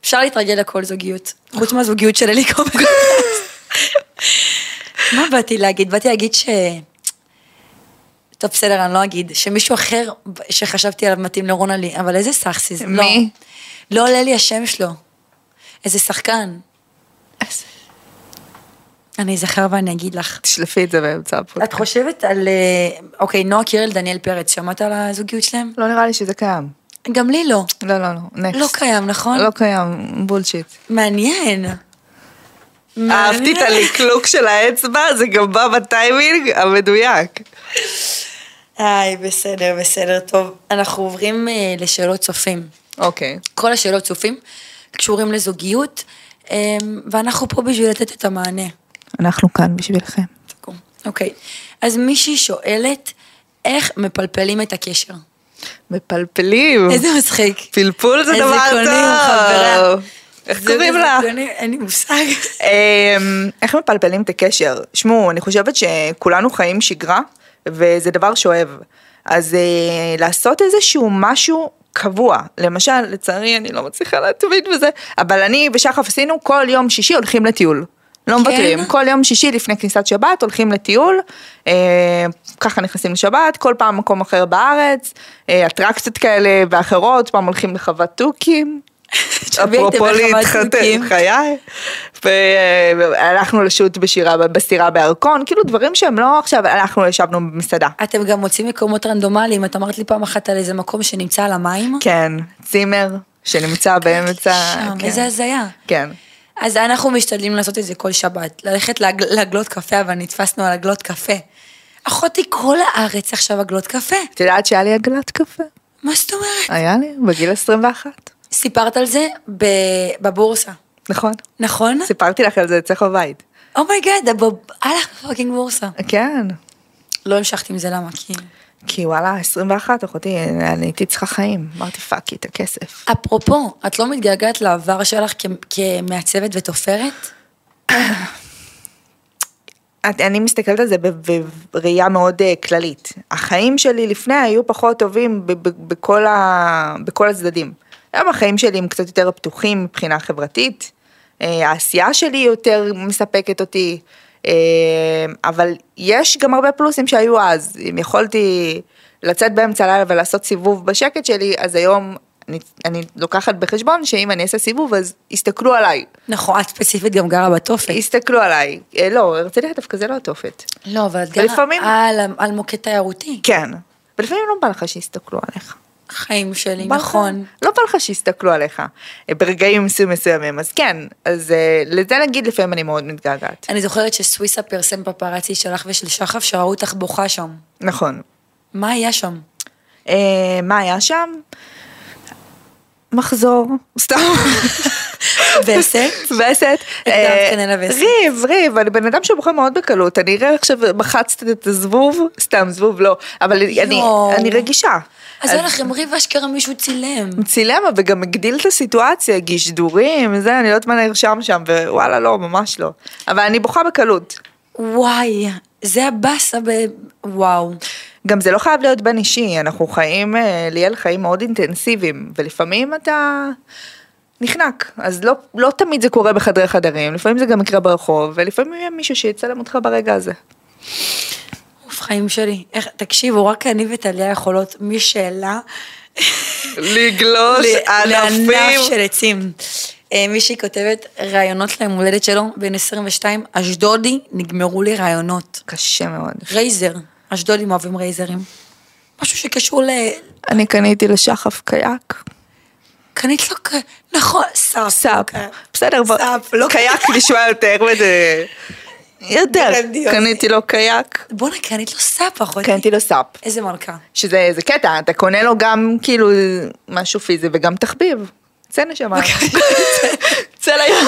Speaker 2: אפשר להתרגל לכל זוגיות, חוץ מהזוגיות של אליקו. מה באתי להגיד? באתי להגיד ש... טוב, בסדר, אני לא אגיד. שמישהו אחר שחשבתי עליו מתאים לרונה לי, אבל איזה סאחסיס. לא.
Speaker 3: מי?
Speaker 2: לא עולה לי השם שלו. איזה שחקן. אני אזכר ואני אגיד לך.
Speaker 3: תשלפי את זה באמצע
Speaker 2: את
Speaker 3: הפודקאסט.
Speaker 2: חושבת על... אה, אוקיי, נועה קירל, דניאל פרץ, שמעת על הזוגיות שלהם?
Speaker 3: לא נראה לי שזה קיים.
Speaker 2: גם לי לא.
Speaker 3: לא, לא, לא.
Speaker 2: לא
Speaker 3: נקסט.
Speaker 2: קיים, נכון?
Speaker 3: לא קיים, בולשיט.
Speaker 2: מעניין.
Speaker 3: אהבתי
Speaker 2: לא-
Speaker 3: את הלקלוק של האצבע, זה גם בא בטיימינג המדויק.
Speaker 2: היי, בסדר, בסדר, טוב. אנחנו עוברים אה, לשאלות צופים.
Speaker 3: אוקיי.
Speaker 2: כל השאלות צופים קשורים לזוגיות, אה, ואנחנו פה בשביל לתת את המענה.
Speaker 3: אנחנו כאן בשבילכם.
Speaker 2: תקום. אוקיי. אז מישהי שואלת, איך מפלפלים את הקשר?
Speaker 3: מפלפלים.
Speaker 2: איזה מצחיק.
Speaker 3: פלפול זה
Speaker 2: איזה
Speaker 3: דבר
Speaker 2: קונים, חברה.
Speaker 3: טוב. איך
Speaker 2: זה
Speaker 3: קוראים
Speaker 2: כזה
Speaker 3: לה?
Speaker 2: קונים, אין לי מושג.
Speaker 3: אמ, איך מפלפלים את הקשר? שמעו, אני חושבת שכולנו חיים שגרה, וזה דבר שואב. אז אה, לעשות איזשהו משהו קבוע, למשל, לצערי אני לא מצליחה להתמיד בזה, אבל אני ושחף עשינו כל יום שישי הולכים לטיול.
Speaker 2: כן?
Speaker 3: לא מוותרים, כל יום שישי לפני כניסת שבת הולכים לטיול, אה, ככה נכנסים לשבת, כל פעם מקום אחר בארץ, אה, אטרקציות כאלה ואחרות, פעם הולכים לחוות תוכים,
Speaker 2: תשבי איתם
Speaker 3: אפרופו
Speaker 2: לחוות
Speaker 3: להתחתן,
Speaker 2: תוכים.
Speaker 3: חיי. והלכנו לשוט בשירה, בסירה בירקון, כאילו דברים שהם לא עכשיו, הלכנו, ישבנו במסעדה.
Speaker 2: אתם גם מוצאים מקומות רנדומליים, את אמרת לי פעם אחת על איזה מקום שנמצא על המים?
Speaker 3: כן, צימר שנמצא באמצע...
Speaker 2: שם,
Speaker 3: כן.
Speaker 2: איזה הזיה.
Speaker 3: כן.
Speaker 2: אז אנחנו משתדלים לעשות את זה כל שבת, ללכת לעג- לעגלות קפה, אבל נתפסנו על עגלות קפה. אחותי, כל הארץ עכשיו עגלות קפה.
Speaker 3: את יודעת שהיה לי עגלת קפה?
Speaker 2: מה זאת אומרת?
Speaker 3: היה לי, בגיל 21.
Speaker 2: סיפרת על זה ב- בבורסה,
Speaker 3: נכון.
Speaker 2: נכון? Oh
Speaker 3: סיפרתי לך על זה אצלך בבית.
Speaker 2: אומייגאד, הב- על הפאקינג בורסה.
Speaker 3: כן.
Speaker 2: לא המשכתי עם זה, למה? כי...
Speaker 3: כי וואלה, 21 אחותי, אני הייתי צריכה חיים. אמרתי פאק את הכסף.
Speaker 2: אפרופו, את לא מתגעגעת לעבר שלך כ- כמעצבת ותופרת?
Speaker 3: את, אני מסתכלת על זה ב- ב- בראייה מאוד אה, כללית. החיים שלי לפני היו פחות טובים ב- ב- בכל, ה, בכל הצדדים. היום החיים שלי הם קצת יותר פתוחים מבחינה חברתית, אה, העשייה שלי יותר מספקת אותי, אה, אבל יש גם הרבה פלוסים שהיו אז. אם יכולתי לצאת באמצע הלילה ולעשות סיבוב בשקט שלי, אז היום אני, אני לוקחת בחשבון שאם אני אעשה סיבוב אז יסתכלו עליי.
Speaker 2: נכון, את ספציפית גם גרה בתופת.
Speaker 3: יסתכלו עליי, אה, לא, הרצליה דווקא זה לא התופת.
Speaker 2: לא, אבל את גרה
Speaker 3: ולפעמים-
Speaker 2: על, על מוקד תיירותי.
Speaker 3: כן. ולפעמים לא בא לך שיסתכלו עליך.
Speaker 2: חיים שלי,
Speaker 3: בא לך-
Speaker 2: נכון.
Speaker 3: לא בא לך שיסתכלו עליך. אה, ברגעים מסו- מסוימים, אז כן. אז אה, לזה נגיד לפעמים אני מאוד מתגעגעת.
Speaker 2: אני זוכרת שסוויסה פרסם פפרצי שלך ושל שחף, שראו אותך בוכה שם.
Speaker 3: נכון.
Speaker 2: מה היה שם?
Speaker 3: אה, מה היה שם? מחזור. סתם.
Speaker 2: וסת?
Speaker 3: וסת.
Speaker 2: הקדמת כנראה וסת.
Speaker 3: אה, ריב, ריב, אני בן אדם שבוחר מאוד בקלות, אני אראה עכשיו מחצת את הזבוב, סתם זבוב לא, אבל אני,
Speaker 2: יואו.
Speaker 3: אני רגישה.
Speaker 2: אז היה לכם ריב אשכרה מישהו צילם.
Speaker 3: צילם וגם הגדיל את הסיטואציה, גישדורים, זה, אני לא יודעת מה נרשם שם, ווואלה לא, ממש לא. אבל אני בוכה בקלות.
Speaker 2: וואי, זה הבאסה ב... וואו.
Speaker 3: גם זה לא חייב להיות בין אישי, אנחנו חיים, אה, ליאל חיים מאוד אינטנסיביים, ולפעמים אתה נחנק, אז לא, לא תמיד זה קורה בחדרי חדרים, לפעמים זה גם יקרה ברחוב, ולפעמים יהיה מישהו שיצלם אותך ברגע הזה.
Speaker 2: אוף, חיים שלי. איך, תקשיבו, רק אני וטליה יכולות משאלה לא,
Speaker 3: לגלוש
Speaker 2: ל- לענף של עצים. אה, מישהי כותבת, רעיונות ליום הולדת שלו, בן 22, אשדודי, נגמרו לי רעיונות.
Speaker 3: קשה מאוד.
Speaker 2: רייזר, אשדודים אוהבים רייזרים. משהו שקשור ל...
Speaker 3: אני קניתי לשחף קיאק.
Speaker 2: קנית לו כ... נכון, סאפ.
Speaker 3: אה, סאפ. בסדר, בוא.
Speaker 2: אה. סאפ, לא
Speaker 3: קיאק נשמע יותר וזה... יותר.
Speaker 2: גרנדיוזי.
Speaker 3: קניתי לו קיאק.
Speaker 2: בואנה, קנית לו סאפ, אחותי.
Speaker 3: קניתי לו סאפ.
Speaker 2: איזה מלכה.
Speaker 3: שזה זה קטע, אתה קונה לו גם כאילו משהו פיזי וגם תחביב. צא נשמה.
Speaker 2: אוקיי.
Speaker 3: צא ליום.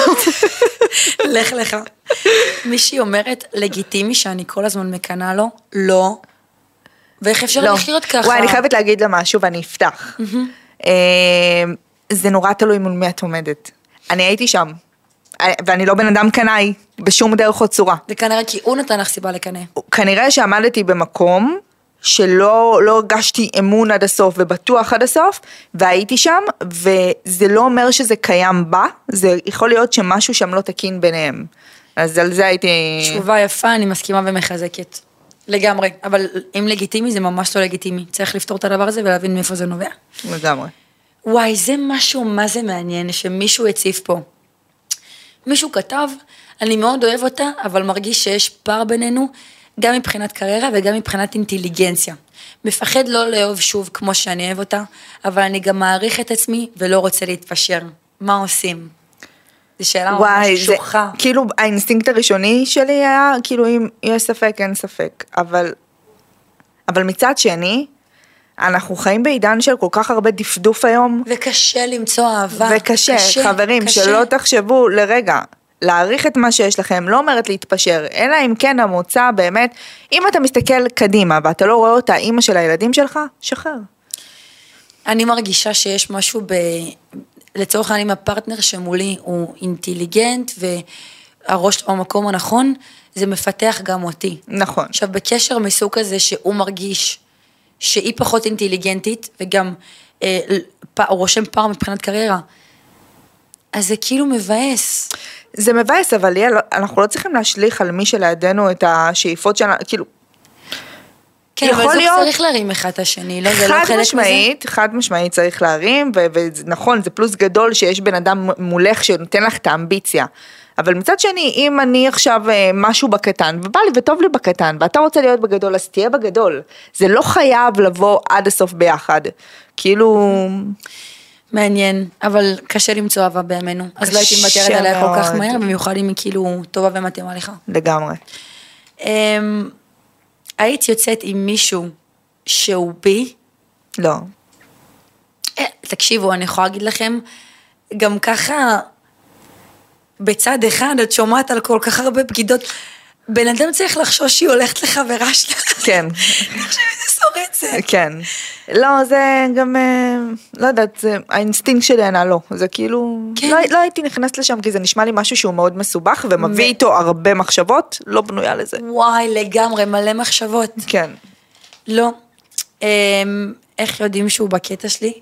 Speaker 2: לך לך. מישהי אומרת, לגיטימי שאני כל הזמן מקנאה לו, לא. ואיך אפשר
Speaker 3: לא.
Speaker 2: לחיות ככה?
Speaker 3: וואי, אני חייבת להגיד לה משהו ואני אפתח. אה, זה נורא תלוי מול מי את עומדת. אני הייתי שם, אה, ואני לא בן אדם קנאי, בשום דרך או צורה.
Speaker 2: וכנראה כי הוא נתן לך סיבה לקנא.
Speaker 3: כנראה שעמדתי במקום שלא לא הרגשתי אמון עד הסוף ובטוח עד הסוף, והייתי שם, וזה לא אומר שזה קיים בה, זה יכול להיות שמשהו שם לא תקין ביניהם. אז על זה הייתי...
Speaker 2: תשובה יפה, אני מסכימה ומחזקת. לגמרי. אבל אם לגיטימי, זה ממש לא לגיטימי. צריך לפתור את הדבר הזה ולהבין מאיפה זה נובע.
Speaker 3: לגמרי.
Speaker 2: וואי, זה משהו מה זה מעניין שמישהו הציף פה. מישהו כתב, אני מאוד אוהב אותה, אבל מרגיש שיש פער בינינו, גם מבחינת קריירה וגם מבחינת אינטליגנציה. מפחד לא לאהוב שוב כמו שאני אוהב אותה, אבל אני גם מעריך את עצמי ולא רוצה להתפשר. מה עושים? זו שאלה ממש
Speaker 3: וואי, זה
Speaker 2: קשוחה.
Speaker 3: כאילו האינסטינקט הראשוני שלי היה, כאילו אם יש ספק אין ספק, אבל, אבל מצד שני, אנחנו חיים בעידן של כל כך הרבה דפדוף היום,
Speaker 2: וקשה למצוא אהבה.
Speaker 3: וקשה, קשה, חברים, קשה. שלא תחשבו לרגע. להעריך את מה שיש לכם, לא אומרת להתפשר, אלא אם כן המוצא באמת, אם אתה מסתכל קדימה ואתה לא רואה אותה אימא של הילדים שלך, שחרר.
Speaker 2: אני מרגישה שיש משהו ב... לצורך העניין, אם הפרטנר שמולי הוא אינטליגנט והראש שלו במקום הנכון, זה מפתח גם אותי.
Speaker 3: נכון.
Speaker 2: עכשיו, בקשר מסוג כזה שהוא מרגיש שהיא פחות אינטליגנטית, וגם אה, פ... הוא רושם פער מבחינת קריירה, אז זה כאילו מבאס.
Speaker 3: זה מבאס, אבל ליאל, אנחנו לא צריכים להשליך על מי שלידינו את השאיפות שלנו, כאילו,
Speaker 2: כן, אבל
Speaker 3: יכול
Speaker 2: זוג
Speaker 3: להיות-
Speaker 2: צריך להרים אחד את השני, לא? זה לא
Speaker 3: חד
Speaker 2: חלק מזה?
Speaker 3: משמעית, חד משמעית צריך להרים, ו- ונכון, זה פלוס גדול שיש בן אדם מולך שנותן לך את האמביציה. אבל מצד שני, אם אני עכשיו אה, משהו בקטן, ובא לי וטוב לי בקטן, ואתה רוצה להיות בגדול, אז תהיה בגדול. זה לא חייב לבוא עד הסוף ביחד. כאילו,
Speaker 2: מעניין, אבל קשה למצוא אהבה בימינו. אז לא הייתי
Speaker 3: קשה
Speaker 2: מוותרת עליה כל כך
Speaker 3: מאוד.
Speaker 2: מהר, במיוחד אם היא כאילו טובה ומתאימה לך.
Speaker 3: לגמרי.
Speaker 2: אמ, היית יוצאת עם מישהו שהוא בי?
Speaker 3: לא.
Speaker 2: אה, תקשיבו, אני יכולה להגיד לכם, גם ככה, בצד אחד את שומעת על כל כך הרבה בגידות. בן אדם צריך לחשוש שהיא הולכת לחברה שלה.
Speaker 3: כן,
Speaker 2: תקשיבי, זה סורצת.
Speaker 3: כן. לא, זה גם, אה, לא יודעת, זה- האינסטינקט שלי ענה לא. זה כאילו,
Speaker 2: כן.
Speaker 3: לא, לא הייתי נכנסת לשם, כי זה נשמע לי משהו שהוא מאוד מסובך, ומביא איתו הרבה מחשבות, לא בנויה לזה.
Speaker 2: וואי, לגמרי, מלא מחשבות.
Speaker 3: כן.
Speaker 2: לא. אמ, איך יודעים שהוא בקטע שלי?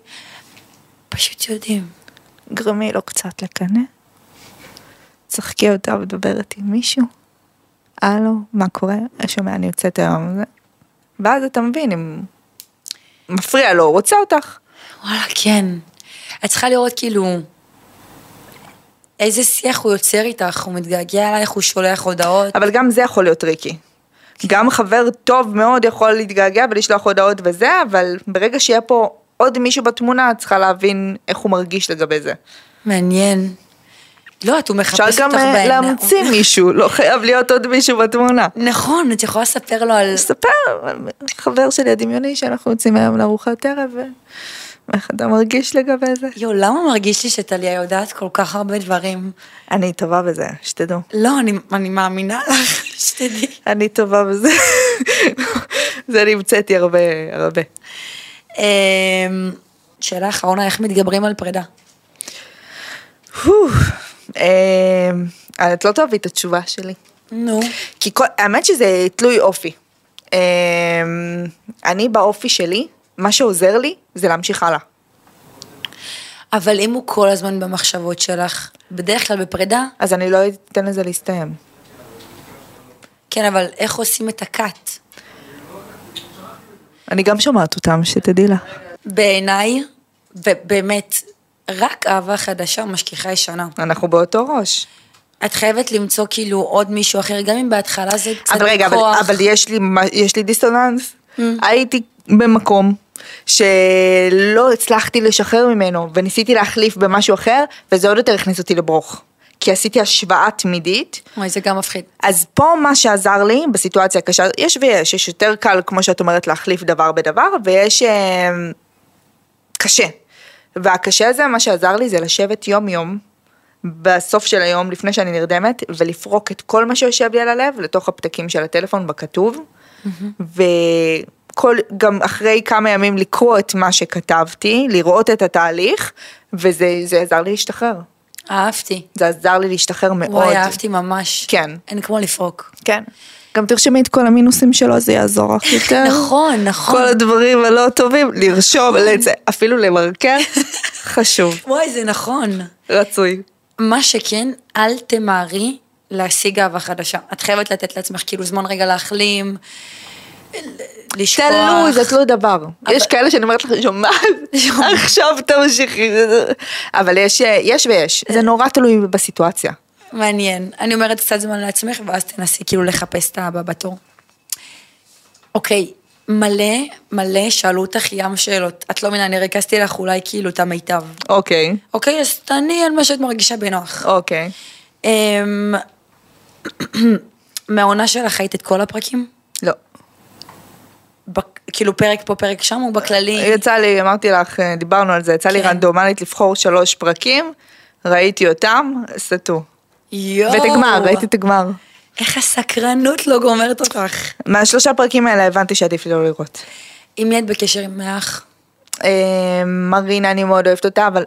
Speaker 2: פשוט יודעים.
Speaker 3: גרמי לו קצת לקנא. צחקי אותה ודברת עם מישהו. הלו, מה קורה? אני שומע, אני יוצאת היום. זה. ואז אתה מבין, אם... מפריע לו, הוא רוצה אותך.
Speaker 2: וואלה, כן. את צריכה לראות כאילו איזה שיח הוא יוצר איתך, הוא מתגעגע אלייך, הוא שולח הודעות.
Speaker 3: אבל גם זה יכול להיות טריקי. גם חבר טוב מאוד יכול להתגעגע ולשלוח הודעות וזה, אבל ברגע שיהיה פה עוד מישהו בתמונה, את צריכה להבין איך הוא מרגיש לגבי זה.
Speaker 2: מעניין. לא, את הוא מחפש
Speaker 3: אפשר
Speaker 2: אותך
Speaker 3: גם
Speaker 2: בעיניים.
Speaker 3: אה, להמציא מישהו, לא חייב להיות עוד מישהו בתמונה.
Speaker 2: נכון, את יכולה לספר לו על...
Speaker 3: ספר, חבר שלי הדמיוני שאנחנו יוצאים היום לארוחת ערב, איך אתה מרגיש לגבי זה?
Speaker 2: יואו, למה מרגיש לי שטליה יודעת כל כך הרבה דברים?
Speaker 3: אני טובה בזה, שתדעו.
Speaker 2: לא, אני, אני מאמינה לך, שתדעי.
Speaker 3: אני טובה בזה. זה אני המצאתי הרבה, הרבה.
Speaker 2: אמ, שאלה אחרונה, איך מתגברים על פרידה?
Speaker 3: הו, אה, את לא תאהבי את התשובה שלי.
Speaker 2: נו.
Speaker 3: כי כל, האמת שזה תלוי אופי. אה, אני באופי שלי, מה שעוזר לי זה להמשיך הלאה.
Speaker 2: אבל אם הוא כל הזמן במחשבות שלך, בדרך כלל בפרידה,
Speaker 3: אז אני לא אתן לזה להסתיים.
Speaker 2: כן, אבל איך עושים את הקאט?
Speaker 3: אני גם שומעת אותם, שתדעי לך.
Speaker 2: בעיניי, ובאמת, רק אהבה חדשה משכיחה ישנה.
Speaker 3: אנחנו באותו ראש.
Speaker 2: את חייבת למצוא כאילו עוד מישהו אחר, גם אם בהתחלה זה קצת
Speaker 3: אבל רגע, אבל,
Speaker 2: כוח.
Speaker 3: אבל יש, לי, מה- יש לי דיסוננס. הייתי במקום שלא הצלחתי לשחרר ממנו, וניסיתי להחליף במשהו אחר, וזה עוד יותר הכניס אותי לברוך. כי עשיתי השוואה תמידית,
Speaker 2: אוי, זה גם מפחיד.
Speaker 3: אז פה מה שעזר לי בסיטואציה הקשה, יש ויש, יש יותר קל, כמו שאת אומרת, להחליף דבר בדבר, ויש אה, קשה. והקשה הזה, מה שעזר לי זה לשבת יום-יום, בסוף של היום, לפני שאני נרדמת, ולפרוק את כל מה שיושב לי על הלב לתוך הפתקים של הטלפון בכתוב, וכל, גם אחרי כמה ימים לקרוא את מה שכתבתי, לראות את התהליך, וזה זה עזר לי להשתחרר.
Speaker 2: אהבתי.
Speaker 3: זה עזר לי להשתחרר מאוד.
Speaker 2: וואי, אהבתי ממש.
Speaker 3: כן.
Speaker 2: אין כמו לפרוק.
Speaker 3: כן. גם תרשמי את כל המינוסים שלו, זה יעזור לך יותר.
Speaker 2: נכון, נכון.
Speaker 3: כל הדברים הלא טובים, לרשום, לצ- אפילו למרקר, חשוב,
Speaker 2: וואי, זה נכון.
Speaker 3: רצוי.
Speaker 2: מה שכן, אל תמהרי להשיג אהבה חדשה. את חייבת לתת לעצמך כאילו זמן רגע להחלים, ל- לשכוח.
Speaker 3: תלוי, זה תלוי דבר. יש כאלה שאני אומרת לך, שומעת, עכשיו תמשיכי. אבל יש, יש ויש, זה נורא תלוי בסיטואציה.
Speaker 2: מעניין. אני אומרת קצת זמן לעצמך, ואז תנסי כאילו לחפש את הבא בתור. אוקיי, מלא, מלא שאלו אותך ים שאלות. את לא מבינה, אני ריכזתי לך אולי כאילו את המיטב.
Speaker 3: אוקיי,
Speaker 2: אוקיי, אז תעני על מה שאת מרגישה בנוח.
Speaker 3: אוקיי.
Speaker 2: אמ, מהעונה שלך ראית את כל הפרקים?
Speaker 3: לא.
Speaker 2: בק- כאילו פרק פה, פרק שם, או בכללי?
Speaker 3: אה, יצא לי, אמרתי לך, אה, דיברנו על זה, יצא לי
Speaker 2: כן.
Speaker 3: רנדומלית לבחור שלוש פרקים, ראיתי אותם, סטו.
Speaker 2: יואו.
Speaker 3: ואת הגמר, ראיתי את הגמר.
Speaker 2: איך הסקרנות לא גומרת אותך.
Speaker 3: מהשלושה פרקים האלה הבנתי שעדיף לי לא לראות.
Speaker 2: עם מי את בקשר עם האח?
Speaker 3: אה, מרינה, אני מאוד אוהבת אותה, אבל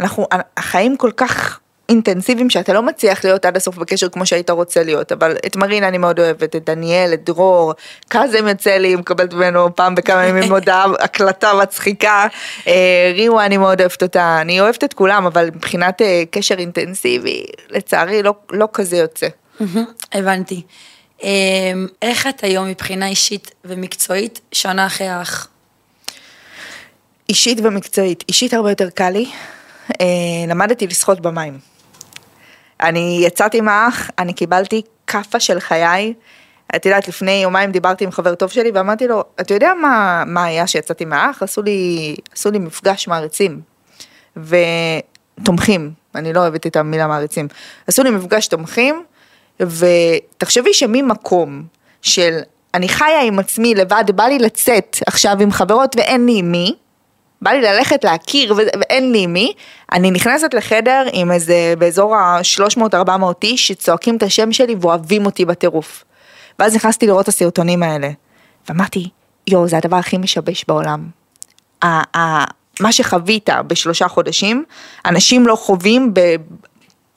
Speaker 3: אנחנו, החיים כל כך אינטנסיביים שאתה לא מצליח להיות עד הסוף בקשר כמו שהיית רוצה להיות, אבל את מרינה אני מאוד אוהבת, את דניאל, את דרור, קאזם יוצא לי, מקבלת ממנו פעם בכמה ימים הודעה, הקלטה מצחיקה, אה, ריווה אני מאוד אוהבת אותה, אני אוהבת את כולם, אבל מבחינת אה, קשר אינטנסיבי, לצערי לא, לא כזה יוצא.
Speaker 2: מהמם, Mm-hmm. הבנתי. אמ, איך את היום מבחינה אישית ומקצועית, שנה אחרי האח?
Speaker 3: אישית ומקצועית. אישית הרבה יותר קל לי. אה, למדתי לשחות במים. אני יצאתי מהאח, אני קיבלתי כאפה של חיי. את יודעת, לפני יומיים דיברתי עם חבר טוב שלי ואמרתי לו, אתה יודע מה, מה היה שיצאתי מהאח? עשו לי, עשו לי מפגש מעריצים. ותומכים, אני לא אוהבת את המילה מעריצים. עשו לי מפגש תומכים, ותחשבי שממקום של אני חיה עם עצמי לבד, בא לי לצאת עכשיו עם חברות ואין לי עם מי, בא לי ללכת להכיר וזה- ואין לי עם מי, אני נכנסת לחדר עם איזה באזור ה-300-400 איש שצועקים את השם שלי ואוהבים אותי בטירוף. ואז נכנסתי לראות את הסרטונים האלה, ואמרתי, יואו, זה הדבר הכי משבש בעולם. ה- ה- מה שחווית בשלושה חודשים, אנשים לא חווים, ב,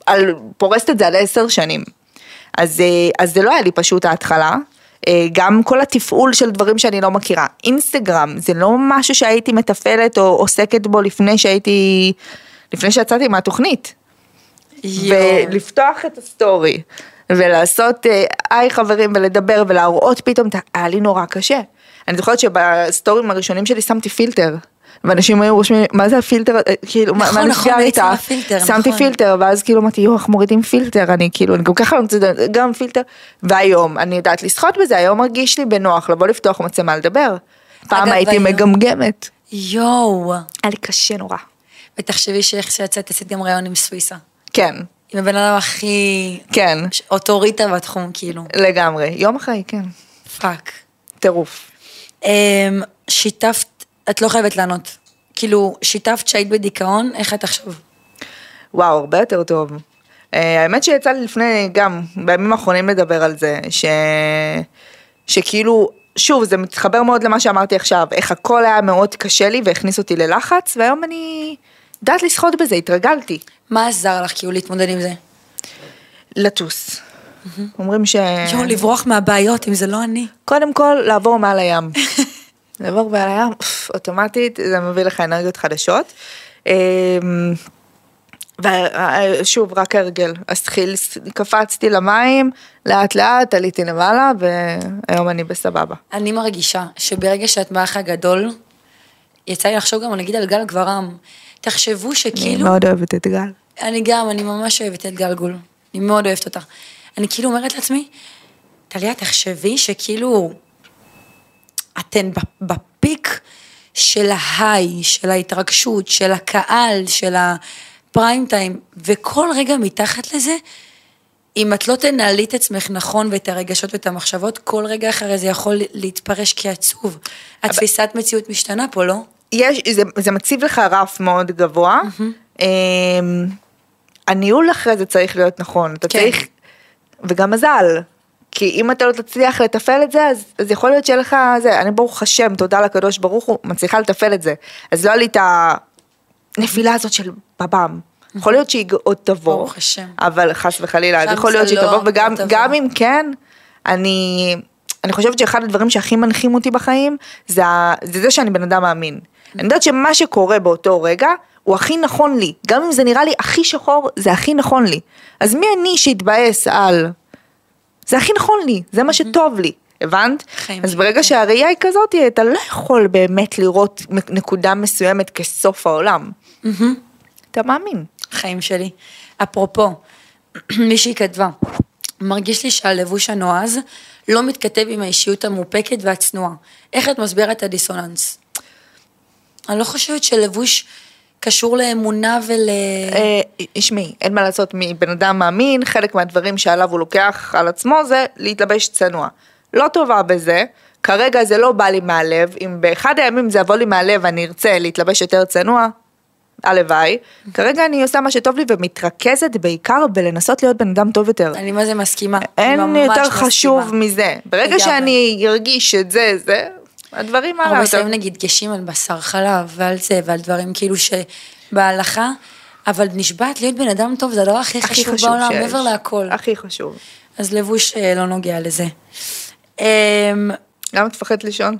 Speaker 3: על, פורסת את זה על עשר שנים. אז, אה, אז זה לא היה לי פשוט ההתחלה. אה, גם כל התפעול של דברים שאני לא מכירה. אינסטגרם זה לא משהו שהייתי מתפעלת או עוסקת בו לפני שהייתי, לפני שיצאתי מהתוכנית. כאילו- ולפתוח את הסטורי ולעשות אה, היי חברים ולדבר ולהראות פתאום, את ה- היה לי נורא קשה. אני זוכרת שבסטורים הראשונים שלי שמתי פילטר. ואנשים היו רושמים, מה זה הפילטר, אה, כאילו, מה-
Speaker 2: נכון,
Speaker 3: מה
Speaker 2: נכון,
Speaker 3: נסגר
Speaker 2: בעצם
Speaker 3: איתה?
Speaker 2: הפילטר,
Speaker 3: שמתי
Speaker 2: נכון.
Speaker 3: פילטר, ואז כאילו אמרתי, יואו, איך מורידים פילטר, אני כאילו, אני גם ככה לא מצאת, גם פילטר. והיום, אני יודעת לשחות בזה, היום מרגיש לי בנוח לבוא לפתוח מצלמה לדבר. פעם
Speaker 2: אגב,
Speaker 3: הייתי
Speaker 2: היום-
Speaker 3: מגמגמת.
Speaker 2: יואו.
Speaker 3: היה לי קשה נורא.
Speaker 2: ותחשבי שאיך שיצאת, עשית גם ראיון עם סוויסה.
Speaker 3: כן,
Speaker 2: עם הבן אדם הכי...
Speaker 3: כן,
Speaker 2: ש- אוטוריטה בתחום, כאילו.
Speaker 3: לגמרי. יום אחרי, כן.
Speaker 2: פאק.
Speaker 3: טירוף.
Speaker 2: אמ, שיתפת, את לא חייבת לענות. כאילו, שיתפת שהיית בדיכאון, איך את עכשיו?
Speaker 3: וואו, הרבה יותר טוב. אה, האמת שיצא לי לפני, גם בימים האחרונים לדבר על זה, ש... שכאילו, שוב, זה מתחבר מאוד למה שאמרתי עכשיו, איך הכל היה מאוד קשה לי והכניס אותי ללחץ, והיום אני יודעת לשחות בזה, התרגלתי.
Speaker 2: מה עזר לך כאילו להתמודד עם זה?
Speaker 3: לטוס. אומרים ש...
Speaker 2: יואו, לברוח מהבעיות, אם זה לא אני.
Speaker 3: קודם כל, לעבור מעל הים. לעבור מעל הים, אוף, אוטומטית, זה מביא לך אנרגיות חדשות. אמ, ושוב, רק הרגל. אז התחיל, קפצתי למים, לאט לאט עליתי למעלה, והיום אני בסבבה.
Speaker 2: אני מרגישה שברגע שאת באח הגדול, יצא לי לחשוב גם נגיד על גל גברם. תחשבו
Speaker 3: אני
Speaker 2: שכאילו,
Speaker 3: מאוד אוהבת את גל.
Speaker 2: אני גם, אני ממש אוהבת את גל גול. אני מאוד אוהבת אותה. אני כאילו אומרת לעצמי, טליה, תחשבי שכאילו, אתן ב- בפיק של ההיי, של ההתרגשות, של הקהל, של הפריים טיים, וכל רגע מתחת לזה, אם את לא תנהלי את עצמך נכון ואת הרגשות ואת המחשבות, כל רגע אחרי זה יכול להתפרש כעצוב. התפיסת מציאות משתנה פה, לא?
Speaker 3: יש, זה, זה מציב לך רף מאוד גבוה. אמ, הניהול אחרי זה צריך להיות נכון, אתה
Speaker 2: כן.
Speaker 3: צריך, וגם מזל, כי אם אתה לא תצליח לתפעל את זה, אז, אז יכול להיות שיהיה לך, זה, אני ברוך השם, תודה לקדוש ברוך הוא, מצליחה לתפעל את זה. אז לא היה לי את הנפילה הזאת של בבם. יכול להיות שהיא עוד תבוא,
Speaker 2: ברוך השם.
Speaker 3: אבל חס וחלילה, אז
Speaker 2: שם
Speaker 3: יכול להיות
Speaker 2: זה
Speaker 3: שהיא
Speaker 2: לא-
Speaker 3: תבוא, וגם
Speaker 2: לא תבוא.
Speaker 3: גם אם כן, אני, אני חושבת שאחד הדברים שהכי מנחים אותי בחיים, זה, ה- זה זה שאני בן אדם מאמין. אני יודעת שמה שקורה באותו רגע, הוא הכי נכון לי. גם אם זה נראה לי הכי שחור, זה הכי נכון לי. אז מי אני שאתבאס על... זה הכי נכון לי, זה מה שטוב לי. הבנת?
Speaker 2: חיים
Speaker 3: אז
Speaker 2: שלי,
Speaker 3: ברגע
Speaker 2: כן.
Speaker 3: שהראייה היא כזאת, אתה לא יכול באמת לראות מק- נקודה מסוימת כסוף העולם. אתה מאמין.
Speaker 2: חיים שלי. אפרופו, מישהי כתבה, מרגיש לי שהלבוש הנועז לא מתכתב עם האישיות המאופקת והצנועה. איך את מסבירה את הדיסוננס? אני לא חושבת שלבוש קשור לאמונה ול...
Speaker 3: אה, תשמעי, אין מה לעשות מבן אדם מאמין, חלק מהדברים שעליו הוא לוקח על עצמו זה להתלבש צנוע. לא טובה בזה, כרגע זה לא בא לי מהלב, אם באחד הימים זה יבוא לי מהלב ואני ארצה להתלבש יותר צנוע, הלוואי. כרגע אני עושה מה שטוב לי ומתרכזת בעיקר בלנסות להיות בן אדם טוב יותר.
Speaker 2: אני מה זה מסכימה. אני
Speaker 3: אין
Speaker 2: ממש
Speaker 3: יותר
Speaker 2: מסכימה.
Speaker 3: חשוב מזה. ברגע
Speaker 2: לגמרי. אוקיי,
Speaker 3: שאני ארגיש את זה, זה, הדברים הלאה.
Speaker 2: הרבה
Speaker 3: אתה-
Speaker 2: שמים נגיד דגשים על בשר חלב ועל זה ועל דברים כאילו שבהלכה, אבל נשבעת להיות בן אדם טוב זה הדבר הכי
Speaker 3: הכי
Speaker 2: חשוב
Speaker 3: חשוב
Speaker 2: בעולם,
Speaker 3: שיש.
Speaker 2: מעבר להכל.
Speaker 3: הכי חשוב.
Speaker 2: אז לבוש אה, לא נוגע לזה. אמ,
Speaker 3: למה את מפחדת לישון?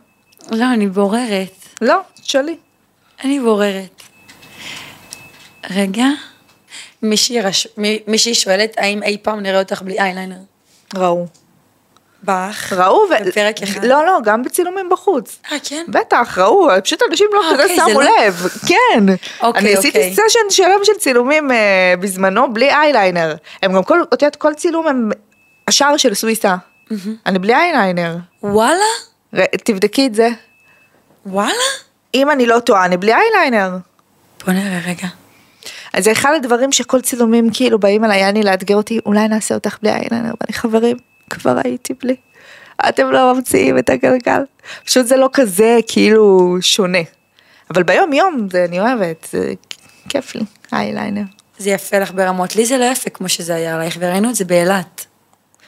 Speaker 2: לא, אני בוררת.
Speaker 3: לא, שלי.
Speaker 2: אני בוררת. רגע. מישהי רש... מי- מישהי שואלת, האם אי פעם נראה אותך בלי אייליינר?
Speaker 3: ראו.
Speaker 2: באך.
Speaker 3: ראו ו...
Speaker 2: בפרק אחד.
Speaker 3: לא, לא, גם בצילומים בחוץ.
Speaker 2: אה, כן?
Speaker 3: בטח, ראו, פשוט אנשים לא
Speaker 2: אה,
Speaker 3: כזה
Speaker 2: אוקיי, זה
Speaker 3: שמו
Speaker 2: לא-
Speaker 3: לב, כן.
Speaker 2: אוקיי,
Speaker 3: אני עשיתי
Speaker 2: אוקיי.
Speaker 3: סשן שלם של צילומים אה, בזמנו בלי אייליינר. הם גם כל, את יודעת, כל צילום הם השער של סוויסה. אני בלי אייליינר.
Speaker 2: וואלה?
Speaker 3: ר- תבדקי את זה.
Speaker 2: וואלה?
Speaker 3: אם אני לא טועה, אני בלי אייליינר.
Speaker 2: בוא נראה רגע.
Speaker 3: אז זה אחד הדברים שכל צילומים כאילו באים אליי, אני לאתגר אותי, אולי נעשה אותך בלי אייליינר, ואני חברים, כבר הייתי בלי. אתם לא ממציאים את הגלגל. פשוט זה לא כזה כאילו שונה. אבל ביום יום זה אני אוהבת, זה כיף לי, אייליינר.
Speaker 2: זה יפה לך ברמות. לי זה לא יפה כמו שזה היה עלייך, וראינו את זה באילת.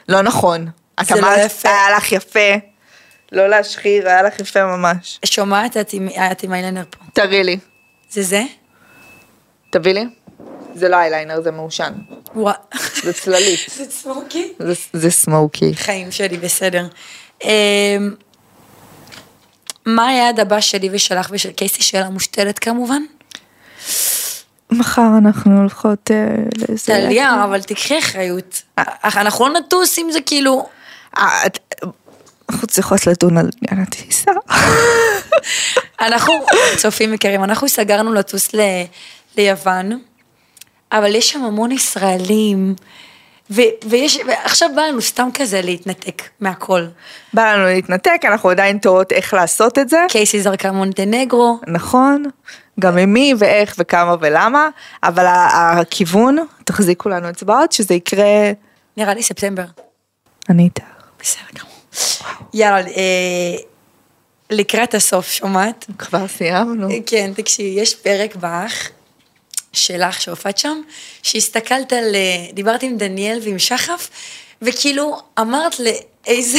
Speaker 3: לא נכון. את
Speaker 2: זה לא
Speaker 3: אמרת,
Speaker 2: יפה.
Speaker 3: היה לך יפה. לא להשחיר, היה לך יפה ממש.
Speaker 2: שומעת את עם, את עם אייליינר פה.
Speaker 3: תראי לי.
Speaker 2: זה זה?
Speaker 3: תביא לי. זה לא אייליינר, זה מעושן.
Speaker 2: וואו.
Speaker 3: זה צללית.
Speaker 2: זה צמוקי.
Speaker 3: זה, זה סמוקי.
Speaker 2: חיים שלי, בסדר. אמ, מה היעד הבא שלי ושלך ושל קייסי? שאלה מושתלת כמובן.
Speaker 3: מחר אנחנו הולכות אה, לאיזה...
Speaker 2: טליה, אבל תקחי אחריות. אך אנחנו לא נטוס אם זה כאילו...
Speaker 3: אה, את- אנחנו צריכות לדון על עניין הטיסה.
Speaker 2: אנחנו, צופים יקרים, אנחנו סגרנו לטוס ל... ליוון, אבל יש שם המון ישראלים, ו... ויש... ועכשיו בא לנו סתם כזה להתנתק מהכל.
Speaker 3: בא לנו להתנתק, אנחנו עדיין תוהות איך לעשות את זה.
Speaker 2: קייסי זרקה מונטנגרו,
Speaker 3: נכון, גם עם מי ואיך וכמה ולמה, אבל ה- הכיוון, תחזיקו לנו אצבעות, שזה יקרה,
Speaker 2: נראה לי ספטמבר.
Speaker 3: אני איתך.
Speaker 2: בסדר גמור. יאללה, אה, לקראת הסוף, שומעת?
Speaker 3: כבר סיימנו.
Speaker 2: כן, תקשיבי, יש פרק באח שלך שהופעת שם, שהסתכלת על... אה, דיברת עם דניאל ועם שחף, וכאילו אמרת לאיזה...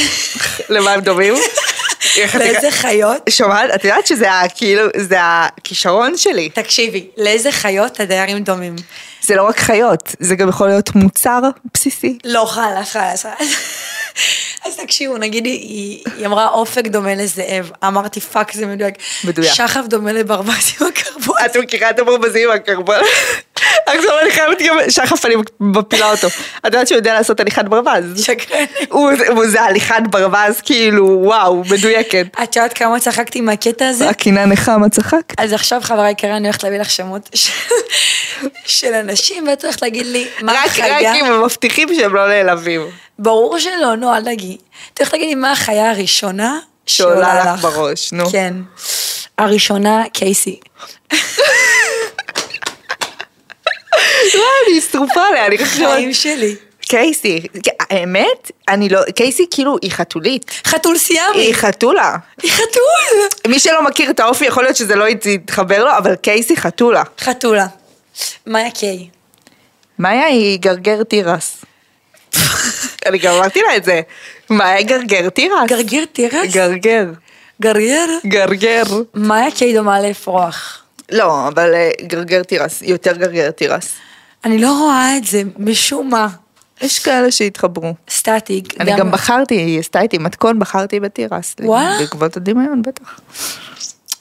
Speaker 3: למה הם דומים? איך את הגעת-
Speaker 2: לאיזה חיות
Speaker 3: שומעת? את יודעת שזה ה- כאילו, זה הכישרון שלי.
Speaker 2: תקשיבי, לאיזה חיות הדיירים דומים?
Speaker 3: זה לא רק חיות, זה גם יכול להיות מוצר בסיסי.
Speaker 2: לא, חלאס, חלאס. אז- אז תקשיבו, נגיד היא, היא אמרה אופק דומה לזאב, אמרתי פאק זה מדויק.
Speaker 3: מדויק.
Speaker 2: שחף דומה לברווז עם הקרבון.
Speaker 3: את מכירה את הברווזים הקרבון? עכשיו אני חייבת גם, שחף אני מפילה אותו. את יודעת שהוא יודע לעשות הליכת ברווז.
Speaker 2: שקרן.
Speaker 3: הוא הוא- זה הליכת ברווז כאילו, וואו, מדויקת.
Speaker 2: את יודעת כמה צחקתי מהקטע הזה?
Speaker 3: הקינה נחמה צחק.
Speaker 2: אז עכשיו חברה יקרה, אני הולכת להביא לך שמות של- של אנשים, ואת הולכת להגיד לי מה
Speaker 3: רק רק
Speaker 2: החיה.
Speaker 3: אם הם מבטיחים שהם לא נעלבים.
Speaker 2: ברור שלא, נו, אל תגיעי. את הולכת להגיד לי מה החיה הראשונה
Speaker 3: שעולה לך בראש, נו.
Speaker 2: כן. הראשונה, קייסי.
Speaker 3: לא, אני שרופה עליה, אני חושבת.
Speaker 2: חיים שלי.
Speaker 3: קייסי, האמת, אני לא, קייסי כאילו היא חתולית.
Speaker 2: חתול סיאמי.
Speaker 3: היא חתולה.
Speaker 2: היא חתול.
Speaker 3: מי שלא מכיר את האופי יכול להיות שזה לא ית- יתחבר לו, אבל קייסי חתולה.
Speaker 2: חתולה. מאיה קיי.
Speaker 3: מאיה היא גרגר תירס. אני גם אמרתי לה את זה. מאיה גרגר תירס.
Speaker 2: גרגיר תירס?
Speaker 3: גרגר.
Speaker 2: גרגיר?
Speaker 3: גרגר.
Speaker 2: מאיה קיי דומה לאפרוח.
Speaker 3: לא, אבל אה, גרגר תירס, יותר גרגר תירס.
Speaker 2: אני לא רואה את זה, משום מה.
Speaker 3: יש כאלה שהתחברו.
Speaker 2: סטטיק.
Speaker 3: אני גם לא. בחרתי, היא עשתה איתי מתכון, בחרתי בתירס.
Speaker 2: וואלה?
Speaker 3: בעקבות הדמיון, בטח.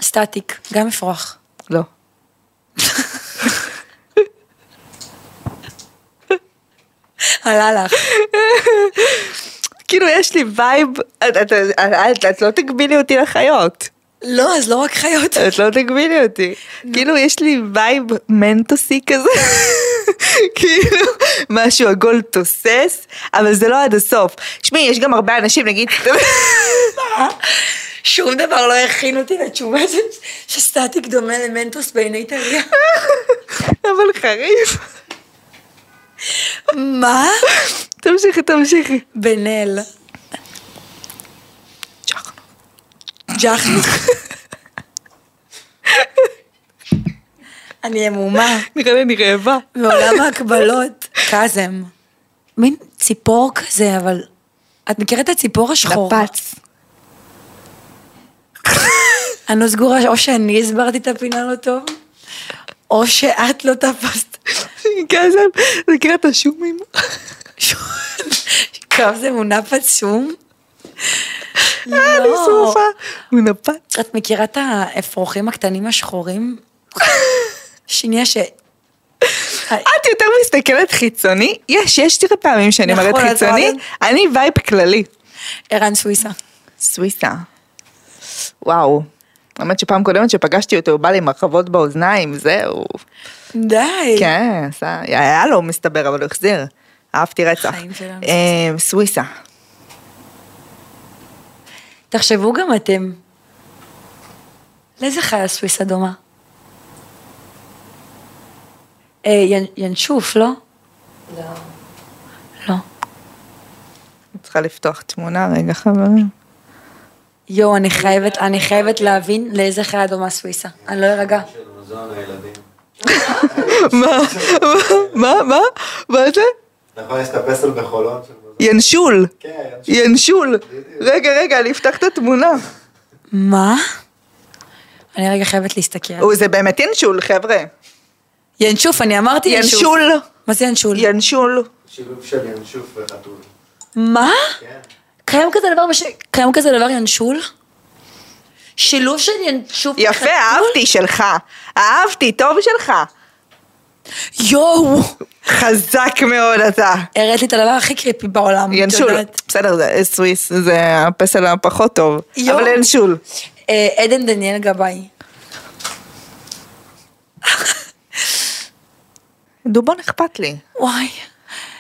Speaker 2: סטטיק, גם אפרוח.
Speaker 3: לא.
Speaker 2: עלה לך.
Speaker 3: כאילו, יש לי וייב, את- את- את- את לא תגבילי אותי לחיות.
Speaker 2: לא, אז לא רק חיות.
Speaker 3: את לא תגבילי אותי. כאילו, יש לי וייב מנטוסי כזה. כאילו, משהו עגול תוסס, אבל זה לא עד הסוף. שמעי, יש גם הרבה אנשים, נגיד...
Speaker 2: שום דבר לא הכין אותי לתשובה הזאת שסטטיק דומה למנטוס בעיני טריה.
Speaker 3: אבל חריף.
Speaker 2: מה?
Speaker 3: תמשיכי, תמשיכי.
Speaker 2: בן אל.
Speaker 3: צ'חנו.
Speaker 2: ג'חנו. אני המומה.
Speaker 3: נראה לי אני רעבה.
Speaker 2: מעולם ההקבלות. קאזם. מין ציפור כזה, אבל... את מכירת את הציפור
Speaker 3: נכון.
Speaker 2: השחור?
Speaker 3: נפץ.
Speaker 2: אני לא סגורה, או שאני הסברתי את הפינה לא טוב, או שאת לא תפסת.
Speaker 3: גזם, זה כאילו את השומים.
Speaker 2: קאזם הוא נפץ שום?
Speaker 3: אה, אני שרופה. הוא נפץ.
Speaker 2: לא. את מכירה את האפרוחים הקטנים השחורים? שנייה ש... אה,
Speaker 3: את יותר מסתכלת חיצוני, יש, יש תראה פעמים שאני
Speaker 2: נכון,
Speaker 3: מראה
Speaker 2: את רואה
Speaker 3: חיצוני,
Speaker 2: גם.
Speaker 3: אני וייב כללי.
Speaker 2: ערן סוויסה.
Speaker 3: סוויסה. וואו. האמת שפעם קודמת שפגשתי אותו, הוא בא לי עם הרחבות באוזניים, זהו.
Speaker 2: די.
Speaker 3: כן, עשה, היה לו מסתבר, אבל הוא החזיר. אהבתי רצח.
Speaker 2: חיים שלנו.
Speaker 3: אה, סוויסה.
Speaker 2: תחשבו גם אתם. לאיזה חיה סוויסה דומה? אה, ין, ינשוף, לא? לא. לא.
Speaker 3: אני צריכה לפתוח תמונה רגע, חברים.
Speaker 2: יואו, אני חייבת, אני חייבת להבין לאיזה חיה דומה סוויסה. אני לא ארגע.
Speaker 4: של מזון לילדים.
Speaker 3: מה? מה? מה? מה זה?
Speaker 4: נכון, יש את הפסל בחולון של מזון.
Speaker 3: ינשול.
Speaker 4: כן, יש
Speaker 3: ינשול. רגע, רגע, אני אפתח את התמונה.
Speaker 2: מה? אני רגע חייבת להסתכל.
Speaker 3: או, זה באמת ינשול, חבר'ה.
Speaker 2: ינשוף, אני אמרתי ינשוף.
Speaker 3: ינשול.
Speaker 2: מה זה ינשול?
Speaker 3: ינשול.
Speaker 4: שילוב של ינשוף וחתול.
Speaker 2: מה?
Speaker 4: כן.
Speaker 2: קיים כזה דבר, בש... קיים כזה דבר ינשול? שילוב של ינשוף
Speaker 3: יפה,
Speaker 2: אה?
Speaker 3: אהבתי שלך. אהבתי, טוב שלך.
Speaker 2: יואו!
Speaker 3: חזק מאוד אתה.
Speaker 2: הראת לי את הדבר הכי קריפי בעולם. את
Speaker 3: ינשול.
Speaker 2: יודעת.
Speaker 3: בסדר, זה סוויס, זה הפסל הפחות טוב.
Speaker 2: יואו.
Speaker 3: אבל ינשול.
Speaker 2: אה, עדן דניאל גבאי.
Speaker 3: דובון אכפת לי.
Speaker 2: וואי,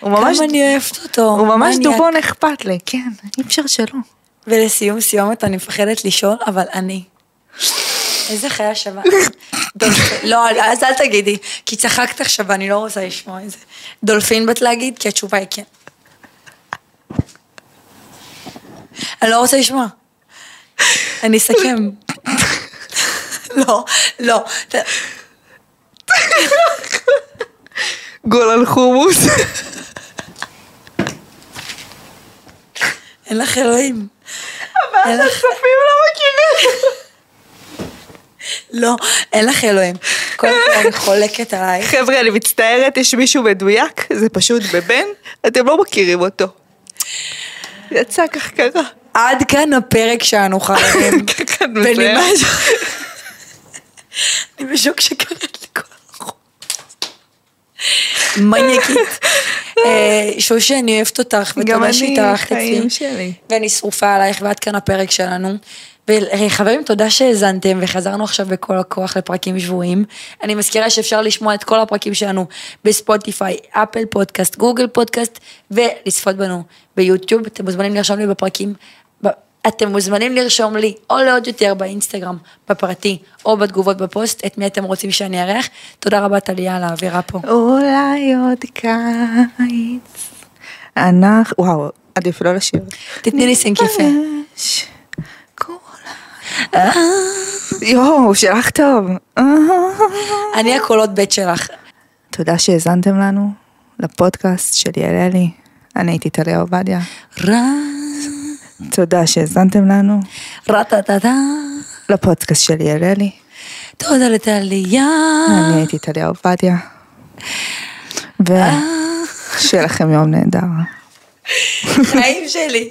Speaker 3: הוא
Speaker 2: כמה
Speaker 3: ממש...
Speaker 2: אני אוהבת אותו.
Speaker 3: הוא ממש
Speaker 2: מניאק.
Speaker 3: דובון אכפת לי, כן, אי אפשר שלא.
Speaker 2: ולסיום סיומת, אני מפחדת לשאול, אבל אני. איזה חיה שווה. דולפ- לא, אז אל תגידי, כי צחקת עכשיו ואני לא רוצה לשמוע את זה. דולפין באת להגיד? כי התשובה היא כן. אני לא רוצה לשמוע. אני אסכם. לא, לא.
Speaker 3: גול על חומוס.
Speaker 2: אין לך אלוהים.
Speaker 3: אבל הצופים לא מכירים.
Speaker 2: לא, אין לך אלוהים. קודם כל אני חולקת עלייך.
Speaker 3: חבר'ה, אני מצטערת, יש מישהו מדויק, זה פשוט בבן, אתם לא מכירים אותו. יצא כך קרה.
Speaker 2: עד כאן הפרק שלנו חברים.
Speaker 3: ככה אני
Speaker 2: בנימה
Speaker 3: מסיים.
Speaker 2: זו- אני בשוק שקראת לי כל החוק. מניאקית. אה, שושי, אני אוהבת אותך,
Speaker 3: גם
Speaker 2: ותודה
Speaker 3: אני,
Speaker 2: שהתארחת
Speaker 3: חיים
Speaker 2: אצלי.
Speaker 3: שלי.
Speaker 2: ואני שרופה עלייך, ועד כאן הפרק שלנו. וחברים, תודה שהאזנתם, וחזרנו עכשיו בכל הכוח לפרקים שבועיים. אני מזכירה שאפשר לשמוע את כל הפרקים שלנו בספוטיפיי, אפל פודקאסט, גוגל פודקאסט, ולצפות בנו ביוטיוב. אתם מוזמנים לרשום לי בפרקים, ב- אתם מוזמנים לרשום לי, או לעוד יותר באינסטגרם, בפרטי, או בתגובות בפוסט, את מי אתם רוצים שאני אארח. תודה רבה, טליה, על האווירה פה.
Speaker 3: אולי עוד קיץ. אנחנו, וואו, עדיף לא לשיר.
Speaker 2: תתני לי סינק יפה.
Speaker 3: יש כל ה- אה? יואו, שלך טוב. אה.
Speaker 2: אני הקולות בית שלך.
Speaker 3: תודה שהאזנתם לנו, לפודקאסט של יעללי. אני הייתי טליה עובדיה.
Speaker 2: רע.
Speaker 3: תודה שהאזנתם לנו,
Speaker 2: רטטטה,
Speaker 3: לפודקאסט של יעללי.
Speaker 2: תודה לטליה.
Speaker 3: אני הייתי טליה עובדיה. ושיהיה לכם יום נהדר.
Speaker 2: חיים שלי.